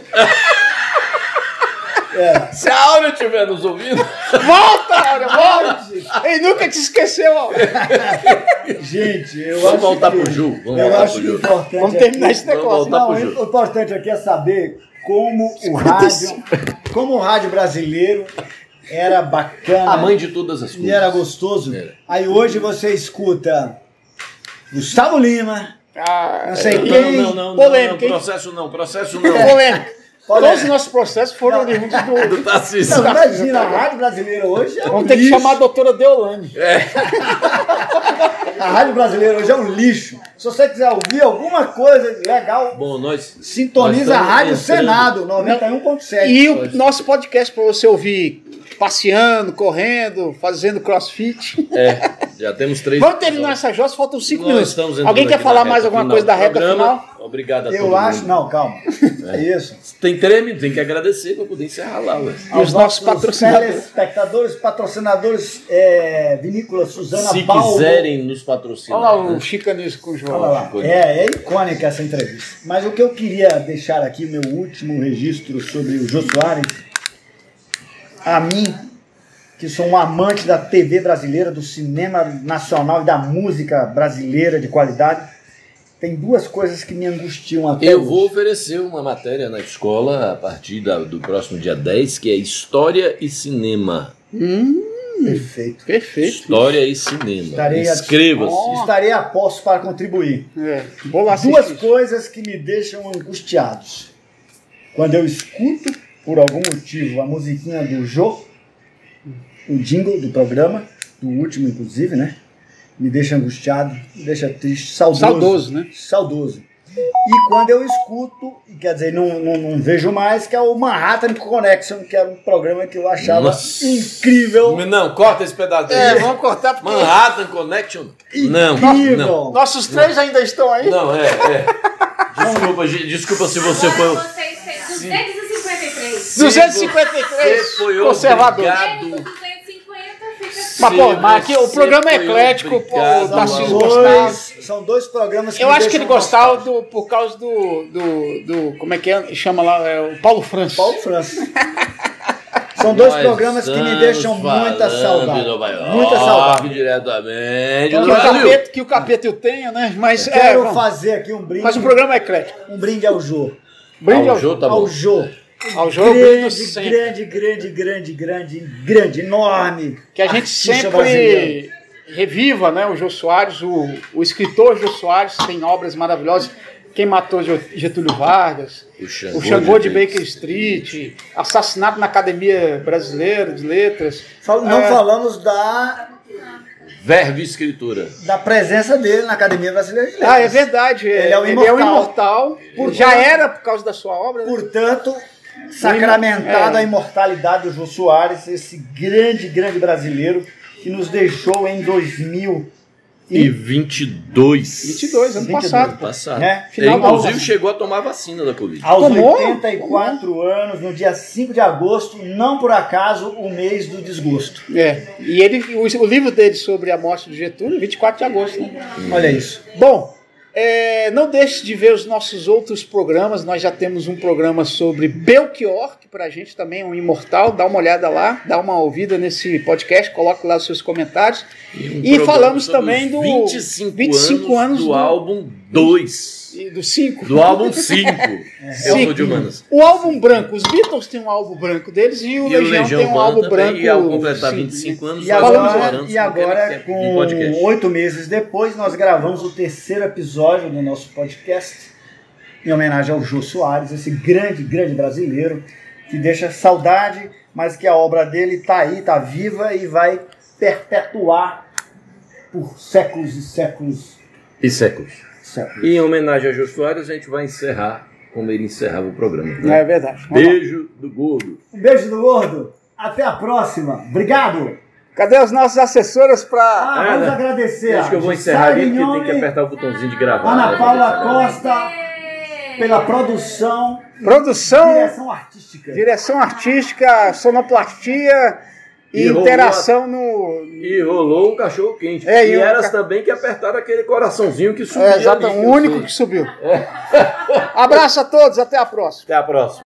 É.
Se a Áurea estiver nos ouvindo,
Volta, Áurea, volta! Ele nunca te esqueceu, Áurea.
Gente, eu
Vamos
acho
voltar
que,
pro Ju, vamos
eu
voltar
acho
pro
que
Ju.
o importante
Vamos
aqui-
terminar esse
Vamos
negócio.
voltar.
Não,
pro Ju.
o importante aqui é saber como o rádio, como o rádio brasileiro era bacana
a mãe de todas as
e
coisas.
era gostoso.
Era.
Aí hoje você escuta Gustavo Lima,
Ah,
Não sei
e
quem,
aí,
Não, não, não, não,
polêmica, hein?
processo não, processo não.
Polêmica.
Olha-
Todos os nossos processos foram
Não.
oriundos do.
Do Tarcísio.
Não,
tá.
imagina, a rádio brasileira hoje é um
Vamos ter que
lixo.
chamar a doutora Deolane.
A rádio brasileira hoje é um lixo. Se você quiser ouvir alguma coisa legal,
Bom, nós. Nós
sintoniza a
estamos
Rádio
entrando-
Senado
É
91.7.
E o nosso podcast para você ouvir passeando, correndo, fazendo crossfit.
É, já temos três.
Vamos terminar
episódios.
essa jossa, faltam cinco
Nós
minutos.
estamos entrando
Alguém quer
aqui na
falar
reta
mais alguma
final
coisa da
do
reta
programa.
final?
Obrigado a todo
Eu acho,
mundo.
não, calma. É isso.
Tem treme, tem que agradecer pra poder encerrar lá, ué.
E os nossos patrocinadores.
Espectadores, patrocinadores, é, vinícola Suzana
Se
Balbo.
quiserem nos
Olha
patrocinar.
lá o chicanismo com o João.
Olha lá. É, é icônica essa entrevista. Mas o que eu queria deixar aqui, meu último registro sobre o Jô Soares, a mim, que sou um amante da TV brasileira, do cinema nacional e da música brasileira de qualidade, tem duas coisas que me angustiam até
Eu
hoje.
vou oferecer uma matéria na escola a partir da- do próximo dia 10, que é História e Cinema.
Hum,
Perfeito.
perfeito.
História e Cinema.
Estarei a-
Inscreva-se.
Estarei a posto para contribuir.
É, vou lá
Duas
assistir.
coisas que me deixam angustiados. Quando eu escuto, por algum motivo, a musiquinha do Jô, o jingle do programa, do último inclusive, né? Me deixa angustiado, me deixa triste, saudoso.
Saudoso, né?
Saudoso. E quando eu escuto, e quer dizer, não, não, não vejo mais, que é o Manhattan Connection, que era um programa que eu achava
Nossa.
incrível.
Não, corta esse pedaço
É, vamos cortar porque.
Manhattan Connection? Não,
incrível.
não.
Nossos três ainda estão aí.
Não, é, é. Desculpa, gente, desculpa se você foi.
Agora vocês têm 253.
253
Você foi
conservadores.
obrigado.
Menos os 250 fica...
Mas, pô,
Sim,
mas aqui o
você
programa é
foi
eclético, pô,
obrigado
o
São
Tarcísio
ao-
gostava.
dois, são dois programas que
Eu
me
acho que ele
deixam
gostava
nostálgico.
do, por causa do, do, do- Como é que é? Chama lá? é, o Paulo França.
Paulo França. São dois
Nós
programas que me deixam
estamos
muita
falando
saudade.
de Nova York,
Muita saudade.
Diretamente
Que o,
do Brasil.
capeta, que o capeta eu tenho, né? Mas, é,
Quero
vamos.
fazer aqui um brinde,
mas o programa é eclético.
um brinde ao Jô.
Brinde ao,
Ao Jô, tá bom.
Ao Jô.
ao Jô, eu brindo
Grande,
sempre.
grande, grande, grande, grande, grande, enorme.
que a gente
artista
sempre
brasileiro.
reviva, né? O Jô Soares, o, o escritor Jô Soares tem obras maravilhosas. Quem matou Jô- Getúlio Vargas,
O Xangô,
o Xangô de
Baker
Baker Street, assassinato na Academia Brasileira de Letras.
Fal- Não
É.
falamos da,
Verve escritura.
da presença dele na Academia Brasileira de Letras.
Ah, é verdade. é-
Ele é o
imortal. já era por causa da sua obra. né?
Portanto,
é.
sacramentada a imortalidade do Jô Soares, esse grande, grande brasileiro que nos deixou em 2000,
E 22.
22, ano
22.
passado. pô.
Passado.
né?
Ele,
É, Final da Ah,
inclusive,
aula.
chegou a tomar a vacina da Covid.
Aos
Tomou?
84 anos, no dia 5 de agosto, não por acaso o mês do desgosto.
É. E ele, o, o livro dele sobre a morte do Getúlio, 24 de agosto. Né?
Olha isso.
Bom, é, não deixe de ver os nossos outros programas. Nós já temos um programa sobre Belchior, que pra gente também é um imortal. Dá uma olhada lá, dá uma ouvida nesse podcast, coloque lá os seus comentários.
um
E
programa
falamos
sobre
também
os
do
25,
25 anos
do,
do- É.
álbum 2.
E do 5.
Do álbum 5. Eu sou de humanas.
O álbum branco, os Beatles têm um álbum branco deles e o,
E
Legião, tem um
Urbana
álbum
também,
branco.
E ao completar
sim,
25 anos,
E
faz uma
agora,
lembrança
e agora
do
com
é um podcast.
oito meses depois, nós gravamos o terceiro episódio do nosso podcast em homenagem ao Jô Soares, esse grande, grande brasileiro que deixa saudade, mas que a obra dele está aí, está viva e vai perpetuar por séculos e séculos.
E séculos.
séculos.
E em homenagem a Jô Soares, a gente vai encerrar como ele encerrava o programa.
né?
né?
É verdade. Vamos lá.
Beijo do gordo.
Um beijo do gordo, até a próxima. Obrigado.
Cadê as nossas assessoras para.
Ah, vamos
Ana,
agradecer.
é, né? Acho que eu vou
a
encerrar ali porque
Jussara
tem que
Mignone,
apertar o botãozinho de gravar.
Ana
né?
Paula
Pra
Costa. pela produção
Então,
Produção,
Direção artística.
direção artística, sonoplastia e,
E robô-
interação no,
E rolou um cachorro quente.
É,
e
e um
elas
ca-
também que apertaram aquele coraçãozinho que subiu.
É, exato, o único que subiu. Abraço a todos, até a próxima.
Até a próxima.